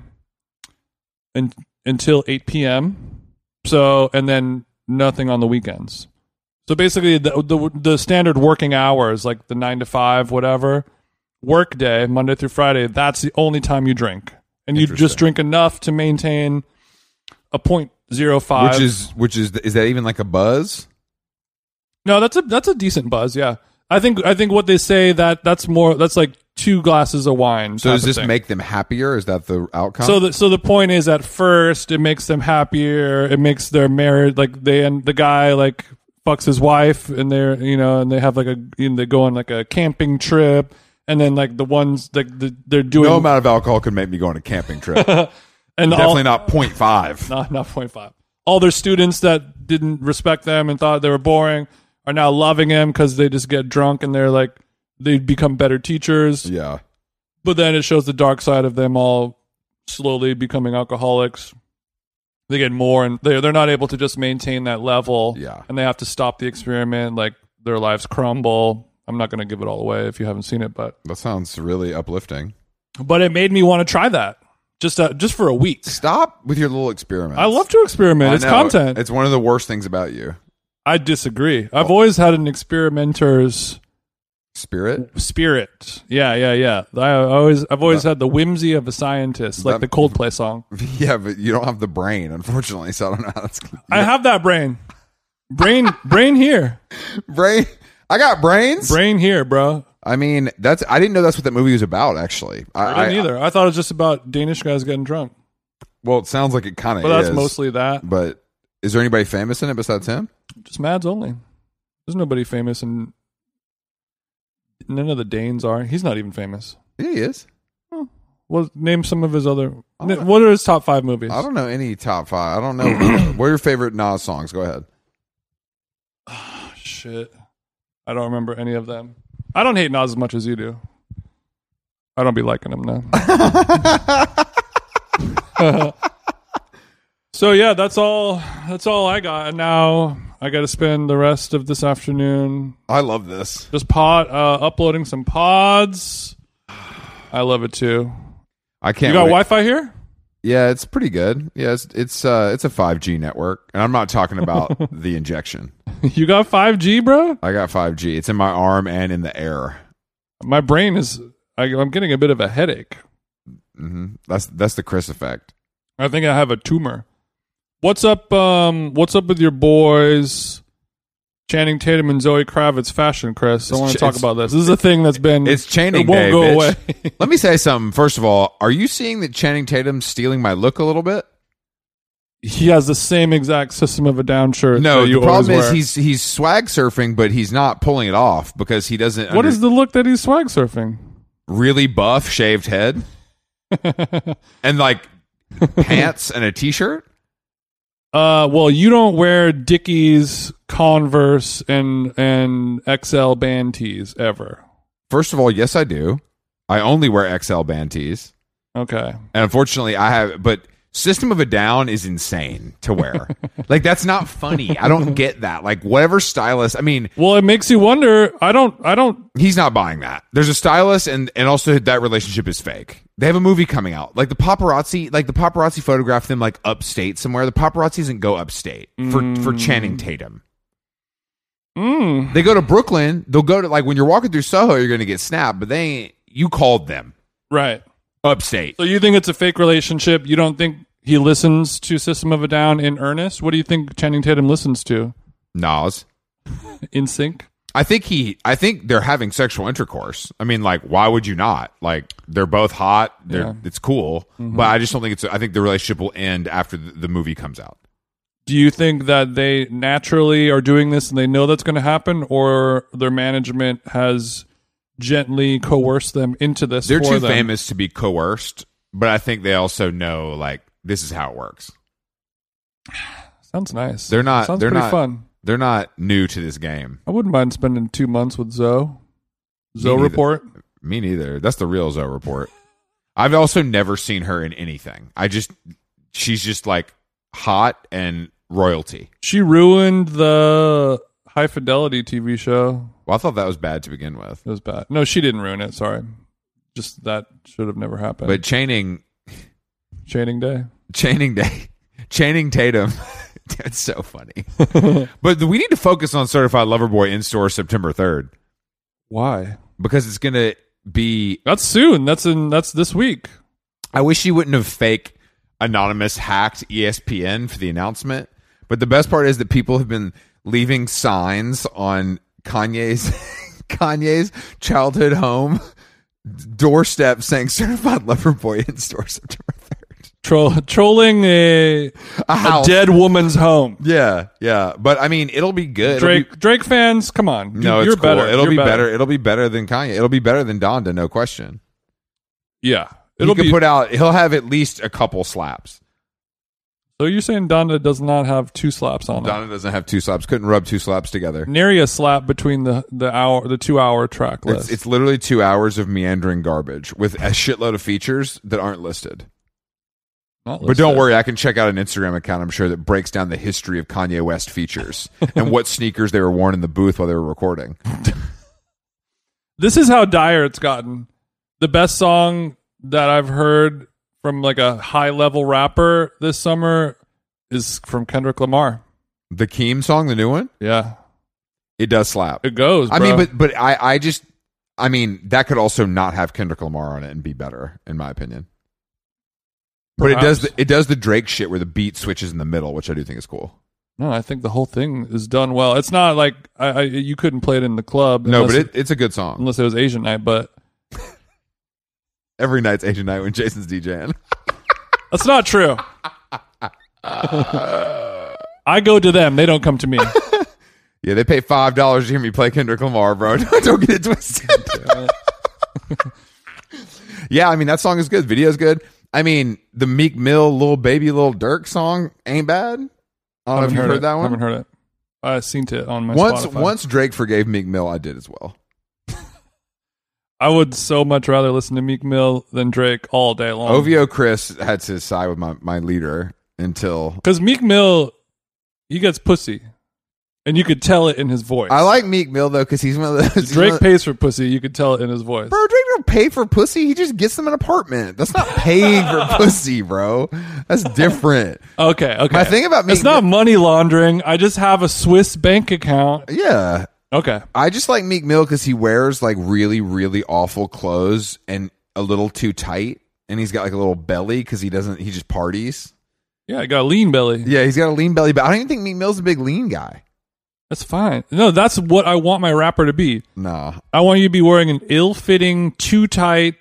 Speaker 1: and, until 8 p.m. So, and then nothing on the weekends. So basically, the, the, the standard working hours, like the nine to five, whatever, work day, Monday through Friday, that's the only time you drink. And you just
Speaker 2: Interesting.
Speaker 1: drink enough to maintain a 0.05.
Speaker 2: which is which is is that even like a buzz?
Speaker 1: No, that's a that's a decent buzz. Yeah, I think I think what they say that that's more that's like two glasses of wine.
Speaker 2: So
Speaker 1: type
Speaker 2: does
Speaker 1: of
Speaker 2: this
Speaker 1: thing.
Speaker 2: make them happier? Is that the outcome?
Speaker 1: so the so the point is at first it makes them happier. It makes their marriage like they and the guy like fucks his wife and they're you know and they have like a you know, they go on like a camping trip and then like the ones like the, they're doing
Speaker 2: no amount of alcohol could make me go on a camping trip.
Speaker 1: and all,
Speaker 2: Definitely not 0.5.
Speaker 1: not not point five. All their students that didn't respect them and thought they were boring are now loving him because they just get drunk and they're like they become better teachers.
Speaker 2: Yeah.
Speaker 1: but then it shows the dark side of them all slowly becoming alcoholics. They get more, and they're they're not able to just maintain that level.
Speaker 2: Yeah.
Speaker 1: and they have to stop the experiment. Like their lives crumble. I'm not going to give it all away if you haven't seen it, but
Speaker 2: That sounds really uplifting.
Speaker 1: but it made me want to try that just uh, just for a week.
Speaker 2: Stop with your little experiments.
Speaker 1: I love to experiment.
Speaker 2: I
Speaker 1: it's
Speaker 2: know.
Speaker 1: content.
Speaker 2: It's one of the worst things about you.
Speaker 1: I disagree. I've always had an experimenter's
Speaker 2: Spirit.
Speaker 1: Spirit. Yeah, yeah, yeah. I always I've always had the whimsy of a scientist, like the Coldplay song.
Speaker 2: Yeah, but you don't have the brain, unfortunately. So I don't know how that's
Speaker 1: I have that brain. Brain brain here.
Speaker 2: brain. I got brains.
Speaker 1: Brain here, bro.
Speaker 2: I mean, that's I didn't know that's what that movie was about. Actually,
Speaker 1: I didn't either. I thought it was just about Danish guys getting drunk.
Speaker 2: well, it sounds like it kind of.
Speaker 1: But that's mostly that.
Speaker 2: But is there anybody famous in it besides him?
Speaker 1: Just Mads only. There's nobody famous and none of the Danes are. He's not even famous.
Speaker 2: Yeah, he is.
Speaker 1: Well, name some of his other. What are his top five movies?
Speaker 2: I don't know any top five. I don't know. what are your favorite Nas songs? Go ahead.
Speaker 1: Shit. I don't remember any of them. I don't hate Nas as much as you do. I don't be liking him now. so yeah, that's all that's all I got. And now I gotta spend the rest of this afternoon
Speaker 2: I love this.
Speaker 1: just pod uh, uploading some pods. I love it too.
Speaker 2: I can't.
Speaker 1: You got
Speaker 2: wait.
Speaker 1: Wi Fi here?
Speaker 2: Yeah, it's pretty good. Yeah, it's it's uh it's a five G network, and I'm not talking about the injection.
Speaker 1: You got five G, bro?
Speaker 2: I got five G. It's in my arm and in the air.
Speaker 1: My brain is I, I'm getting a bit of a headache.
Speaker 2: hmm That's that's the Chris effect.
Speaker 1: I think I have a tumor. What's up? Um, what's up with your boys, Channing Tatum and Zoe Kravitz fashion, Chris? I
Speaker 2: It's
Speaker 1: want
Speaker 2: ch-
Speaker 1: to talk
Speaker 2: it's-
Speaker 1: about this. This is a thing that's been
Speaker 2: It's Channing
Speaker 1: It won't
Speaker 2: Day,
Speaker 1: go
Speaker 2: bitch.
Speaker 1: away.
Speaker 2: Let me say something. First of all, are you seeing that Channing Tatum's stealing my look a little bit?
Speaker 1: he has the same exact system of a down shirt.
Speaker 2: No,
Speaker 1: that
Speaker 2: the
Speaker 1: you
Speaker 2: problem is
Speaker 1: always wear.
Speaker 2: he's he's swag surfing, but he's not pulling it off because he doesn't.
Speaker 1: What
Speaker 2: under-
Speaker 1: is the look that he's swag surfing?
Speaker 2: really buff shaved head and like pants and a t-shirt?
Speaker 1: Uh, well, you don't wear Dickies, Converse, and and XL band tees ever.
Speaker 2: First of all, yes, I do. I only wear XL band tees.
Speaker 1: Okay,
Speaker 2: And unfortunately, I have, but System of a Down is insane to wear. like, that's not funny. I don't get that. Like, whatever stylist, I mean,
Speaker 1: well, it makes you wonder. I don't. I don't.
Speaker 2: he's not buying that. There's a stylist, and, and also that relationship is fake. They have a movie coming out. Like, the paparazzi, like, the paparazzi photographed them, like, upstate somewhere. The paparazzi doesn't go upstate for, for Channing Tatum.
Speaker 1: Mm,
Speaker 2: They go to Brooklyn. They'll go to, like, when you're walking through Soho, you're going to get snapped, but they ain't, you called them
Speaker 1: right.
Speaker 2: upstate.
Speaker 1: So you think it's a fake relationship? You don't think he listens to System of a Down in earnest? What do you think Channing Tatum listens to?
Speaker 2: Nas.
Speaker 1: In sync?
Speaker 2: I think he. I think they're having sexual intercourse. I mean, like, why would you not? Like, they're both hot. They're,
Speaker 1: Yeah.
Speaker 2: It's cool, but I just don't think it's. I think the relationship will end after the, the movie comes out.
Speaker 1: Do you think that they naturally are doing this and they know that's going to happen, or their management has gently coerced them into this?
Speaker 2: They're
Speaker 1: for
Speaker 2: too
Speaker 1: them?
Speaker 2: famous to be coerced, but I think they also know like this is how it works.
Speaker 1: Sounds nice.
Speaker 2: They're not.
Speaker 1: Sounds
Speaker 2: they're
Speaker 1: pretty
Speaker 2: not
Speaker 1: fun.
Speaker 2: They're not new to this game.
Speaker 1: I wouldn't mind spending two months with Zoe. Zoe
Speaker 2: neither.
Speaker 1: report.
Speaker 2: Me neither. That's the real Zoe report. I've also never seen her in anything. I just she's just like hot and royalty.
Speaker 1: She ruined the High Fidelity TV show.
Speaker 2: Well, I thought that was bad to begin with.
Speaker 1: It was bad. No, she didn't ruin it. Sorry. Just that should have never happened.
Speaker 2: But chaining
Speaker 1: Channing Day.
Speaker 2: chaining day chaining Tatum. That's so funny. but we need to focus on Certified Lover Boy in store September third
Speaker 1: Why?
Speaker 2: because it's gonna be.
Speaker 1: That's soon. That's in. That's this week.
Speaker 2: I wish you wouldn't have fake anonymous hacked E ESPN for the announcement. But the best part is that people have been leaving signs on Kanye's Kanye's childhood home doorstep saying Certified Lover Boy in store September third.
Speaker 1: Troll, trolling a,
Speaker 2: A
Speaker 1: a
Speaker 2: house.
Speaker 1: dead woman's home.
Speaker 2: Yeah, yeah. But I mean, it'll be good. It'll be-
Speaker 1: Drake Drake fans, come on.
Speaker 2: No,
Speaker 1: You-
Speaker 2: it's
Speaker 1: you're
Speaker 2: cool.
Speaker 1: better.
Speaker 2: It'll
Speaker 1: You're
Speaker 2: be better. It'll be better than Kanye. It'll be better than Donda, no question.
Speaker 1: Yeah.
Speaker 2: It'll
Speaker 1: It'll
Speaker 2: he
Speaker 1: be.
Speaker 2: could put out. He'll have at least a couple slaps.
Speaker 1: so you're saying Donda does not have two slaps on it?
Speaker 2: Donda doesn't have two slaps. Couldn't rub two slaps together.
Speaker 1: Nary a slap between the the hour the two hour track
Speaker 2: It's,
Speaker 1: list.
Speaker 2: it's literally two hours of meandering garbage with a shitload of features that aren't listed.
Speaker 1: Not
Speaker 2: But don't
Speaker 1: listed.
Speaker 2: worry, I can check out an Instagram account. I'm sure that breaks down the history of Kanye West features and what sneakers they were worn in the booth while they were recording.
Speaker 1: This is how dire it's gotten. The best song that I've heard from like a high level rapper this summer is from Kendrick Lamar.
Speaker 2: The Keem song, the new one,
Speaker 1: Yeah.
Speaker 2: it does slap.
Speaker 1: It goes.
Speaker 2: I mean,
Speaker 1: bro.
Speaker 2: but but I I just I mean, that could also not have Kendrick Lamar on it and be better, in my opinion. But it does
Speaker 1: Perhaps.
Speaker 2: the, it does the Drake shit where the beat switches in the middle, which I do think is cool.
Speaker 1: No, I think the whole thing is done well. It's not like I, I you couldn't play it in the club.
Speaker 2: No,
Speaker 1: unless,
Speaker 2: but it, it's a good song.
Speaker 1: unless it was Asian night, but
Speaker 2: Every night's Asian night when Jason's DJing.
Speaker 1: that's not true. I go to them; they don't come to me.
Speaker 2: yeah, they pay five dollars to hear me play Kendrick Lamar, bro. Don't get it twisted. yeah, I mean that song is good. Video's good. I mean the Meek Mill, Little Baby, Little Dirk song ain't bad. I don't know if
Speaker 1: Haven't
Speaker 2: you've
Speaker 1: heard
Speaker 2: heard
Speaker 1: it.
Speaker 2: that one.
Speaker 1: Haven't heard it. I seen it on my
Speaker 2: once
Speaker 1: Spotify.
Speaker 2: once Drake forgave Meek Mill, I did as well.
Speaker 1: I would so much rather listen to Meek Mill than Drake all day long.
Speaker 2: OVO Chris had to side with my, my leader until
Speaker 1: Because Meek Mill, he gets pussy, and you could tell it in his voice.
Speaker 2: I like Meek Mill though because he's one of those he's one
Speaker 1: Drake
Speaker 2: of-
Speaker 1: pays for pussy. You could tell it in his voice.
Speaker 2: Bro, Drake don't pay for pussy. He just gets them an apartment. That's not paying for pussy, bro. That's different.
Speaker 1: Okay, okay.
Speaker 2: My thing about Meek
Speaker 1: it's not money laundering. I just have a Swiss bank account.
Speaker 2: Yeah.
Speaker 1: Okay,
Speaker 2: I just like Meek Mill because he wears like really, really awful clothes and a little too tight. And he's got like a little belly because he doesn't, he just parties.
Speaker 1: yeah, I got a lean belly.
Speaker 2: Yeah, he's got a lean belly, but I don't even think Meek Mill's a big lean guy.
Speaker 1: That's fine. No, that's what I want my rapper to be.
Speaker 2: Nah.
Speaker 1: I want you to be wearing an ill-fitting, too tight.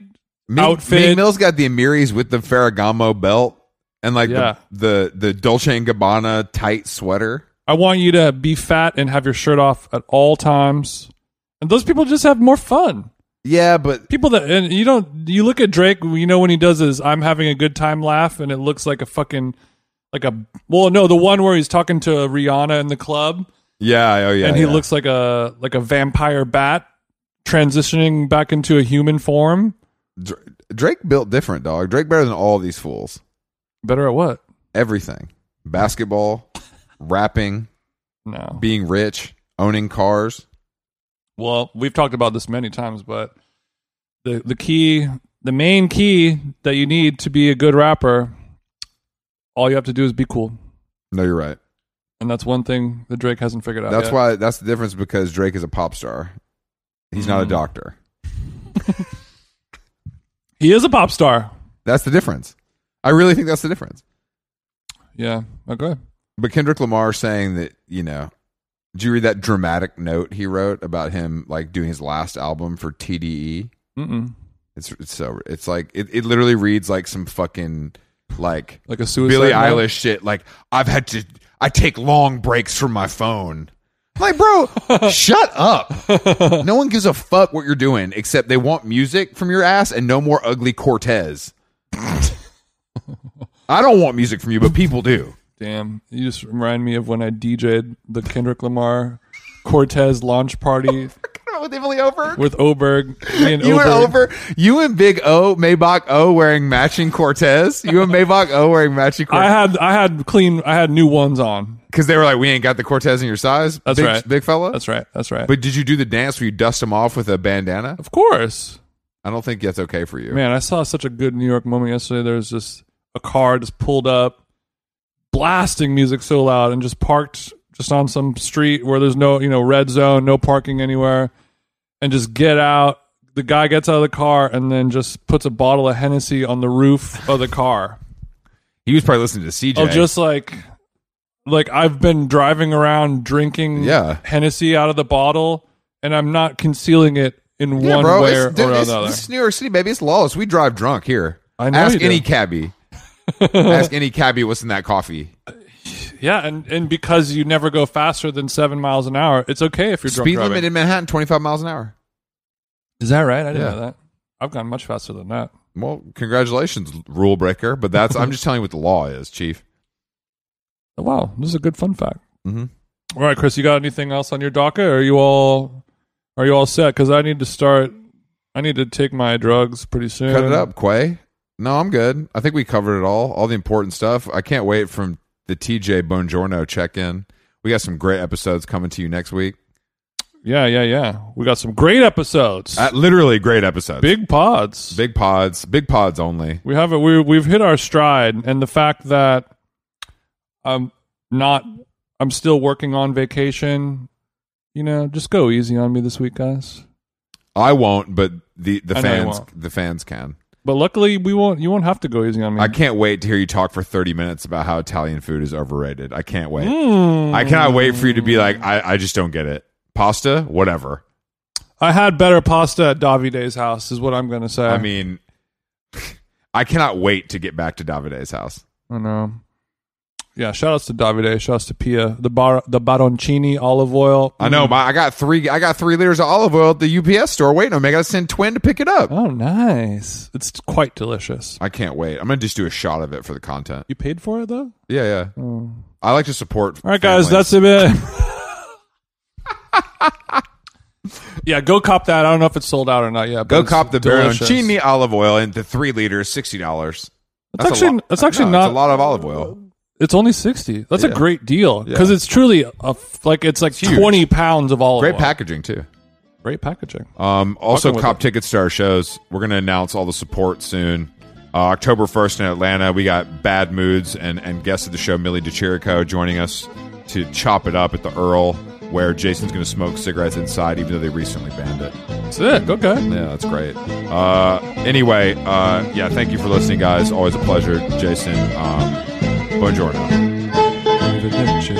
Speaker 2: Meek,
Speaker 1: Outfit.
Speaker 2: Meek Mill's got the Amiris with the Ferragamo belt and like
Speaker 1: Yeah.
Speaker 2: the, the, the Dolce and Gabbana tight sweater.
Speaker 1: I want you to be fat and have your shirt off at all times. And those people just have more fun.
Speaker 2: Yeah, but
Speaker 1: People that and you don't you look at Drake, you know when he does his I'm having a good time laugh and it looks like a fucking like a well no, the one where he's talking to Rihanna in the club
Speaker 2: yeah, oh yeah.
Speaker 1: and he
Speaker 2: yeah.
Speaker 1: looks like a like a vampire bat transitioning back into a human form.
Speaker 2: Dr- Drake built different, dog. Drake better than all these fools.
Speaker 1: Better at what?
Speaker 2: Everything basketball, rapping,
Speaker 1: No.
Speaker 2: being rich, owning cars.
Speaker 1: Well, we've talked about this many times, but the the key, the main key that you need to be a good rapper, all you have to do is be cool,
Speaker 2: No, you're right.
Speaker 1: and that's one thing that Drake hasn't figured out.
Speaker 2: That's
Speaker 1: yet.
Speaker 2: why that's the difference because Drake is a pop star. He's not a doctor.
Speaker 1: he is a pop star.
Speaker 2: That's the difference. I really think that's the difference.
Speaker 1: Yeah. Okay.
Speaker 2: But Kendrick Lamar saying that, you know, did you read that dramatic note he wrote about him like doing his last album for TDE?
Speaker 1: Mm-mm.
Speaker 2: It's, it's so it's like it, it literally reads like some fucking like
Speaker 1: Like a suicide.
Speaker 2: Billie
Speaker 1: note.
Speaker 2: Eilish shit. Like I've had to, I take long breaks from my phone. I'm like, bro, shut up. No one gives a fuck what you're doing, except they want music from your ass and no more ugly Cortez. I don't want music from you, but people do.
Speaker 1: Damn, you just remind me of when I DJ'd the Kendrick Lamar Cortez launch party
Speaker 2: With Emily over,
Speaker 1: with Oberg. Me and
Speaker 2: you
Speaker 1: Oberg.
Speaker 2: and over, you and Big O Maybach O wearing matching Cortez. You and Maybach O wearing matching
Speaker 1: I
Speaker 2: Cortez
Speaker 1: had I had clean I had new ones on.
Speaker 2: because they were like, we ain't got the Cortez in your size.
Speaker 1: That's
Speaker 2: big,
Speaker 1: right.
Speaker 2: big fella.
Speaker 1: That's right. That's right.
Speaker 2: but did you do the dance where you dust them off with a bandana?
Speaker 1: of course.
Speaker 2: I don't think that's okay for you.
Speaker 1: Man, I saw such a good New York moment yesterday. There was just a car just pulled up, blasting music so loud, and just parked just on some street where there's no, you know, red zone, no parking anywhere, and just get out. The guy gets out of the car and then just puts a bottle of Hennessy on the roof of the car.
Speaker 2: He was probably listening to CJ.
Speaker 1: Of Oh, just like, like I've been driving around drinking
Speaker 2: Yeah.
Speaker 1: Hennessy out of the bottle, and I'm not concealing it in
Speaker 2: yeah,
Speaker 1: one
Speaker 2: bro.
Speaker 1: way
Speaker 2: it's-
Speaker 1: or,
Speaker 2: dude,
Speaker 1: or
Speaker 2: it's-
Speaker 1: another.
Speaker 2: This is New York City, baby. It's lawless. We drive drunk here.
Speaker 1: I know
Speaker 2: Ask
Speaker 1: you do.
Speaker 2: any cabbie. Ask any cabbie what's in that coffee.
Speaker 1: Yeah, and, and because you never go faster than seven miles an hour, it's okay if you're drunk
Speaker 2: Speed
Speaker 1: driving.
Speaker 2: limit in Manhattan, twenty five miles an hour.
Speaker 1: Is that right? I didn't
Speaker 2: Yeah.
Speaker 1: know that. I've gone much faster than that.
Speaker 2: Well, congratulations, rule breaker. But that's I'm just telling you what the law is, Chief.
Speaker 1: Oh, wow, this is a good fun fact.
Speaker 2: Mhm.
Speaker 1: All right, Chris, you got anything else on your docket? Or are you all are you all set? Because I need to start. I need to take my drugs pretty soon.
Speaker 2: Cut it up, Quay. No, I'm good. I think we covered it all, all the important stuff. I can't wait from the TJ Bongiorno check in. We got some great episodes coming to you next week.
Speaker 1: Yeah, yeah, yeah. We got some great episodes.
Speaker 2: Uh, literally great episodes.
Speaker 1: Big pods.
Speaker 2: big pods, big pods only.
Speaker 1: we have it. We we've hit our stride, and the fact that I'm not, I'm still working on vacation. You know, just go easy on me this week, guys.
Speaker 2: I won't, but the the
Speaker 1: I know you
Speaker 2: fans
Speaker 1: won't.
Speaker 2: the fans can.
Speaker 1: But luckily, we won't. You won't have to go easy on me.
Speaker 2: I can't wait to hear you talk for 30 minutes about how Italian food is overrated. I can't wait.
Speaker 1: Hmm.
Speaker 2: I cannot wait for you to be like, I, I just don't get it. Pasta, whatever.
Speaker 1: I had better pasta at Davide's house, is what I'm gonna say.
Speaker 2: I mean, I cannot wait to get back to Davide's house.
Speaker 1: I know. Yeah, shout outs to Davide, shout outs to Pia, the bar, the Baroncini olive oil.
Speaker 2: I know. My, I got three. I got three liters of olive oil at the UPS store. Wait, no, I gotta send Twin to pick it up.
Speaker 1: Oh, nice! It's quite delicious.
Speaker 2: I can't wait. I'm gonna just do a shot of it for the content.
Speaker 1: You paid for it though.
Speaker 2: Yeah, yeah. I like to support.
Speaker 1: Mm. All right, guys, that's a bit. yeah, go cop that. I don't know if it's sold out or not yet. but
Speaker 2: go
Speaker 1: it's
Speaker 2: cop the
Speaker 1: delicious.
Speaker 2: Baroncini olive oil and the three liters, sixty dollars.
Speaker 1: That's actually- that's actually not-
Speaker 2: a lot of olive oil.
Speaker 1: It's only sixty. That's a great deal because it's truly a f- like it's like
Speaker 2: huge.
Speaker 1: twenty pounds of olive.
Speaker 2: Great
Speaker 1: oil.
Speaker 2: packaging too.
Speaker 1: Great packaging.
Speaker 2: Um, also,
Speaker 1: Fucking with
Speaker 2: cop tickets to our shows. We're going to announce all the support soon. Uh, October 1st in Atlanta, we got Bad Moods and, and guest of the show, Millie DeChirico, joining us to chop it up at the Earl, where Jason's going to smoke cigarettes inside, even though they recently banned it.
Speaker 1: That's it. Okay.
Speaker 2: Yeah, that's great. Uh, anyway, uh, yeah, thank you for listening, guys. Always a pleasure. Jason, um, buongiorno.
Speaker 1: Arrivederci.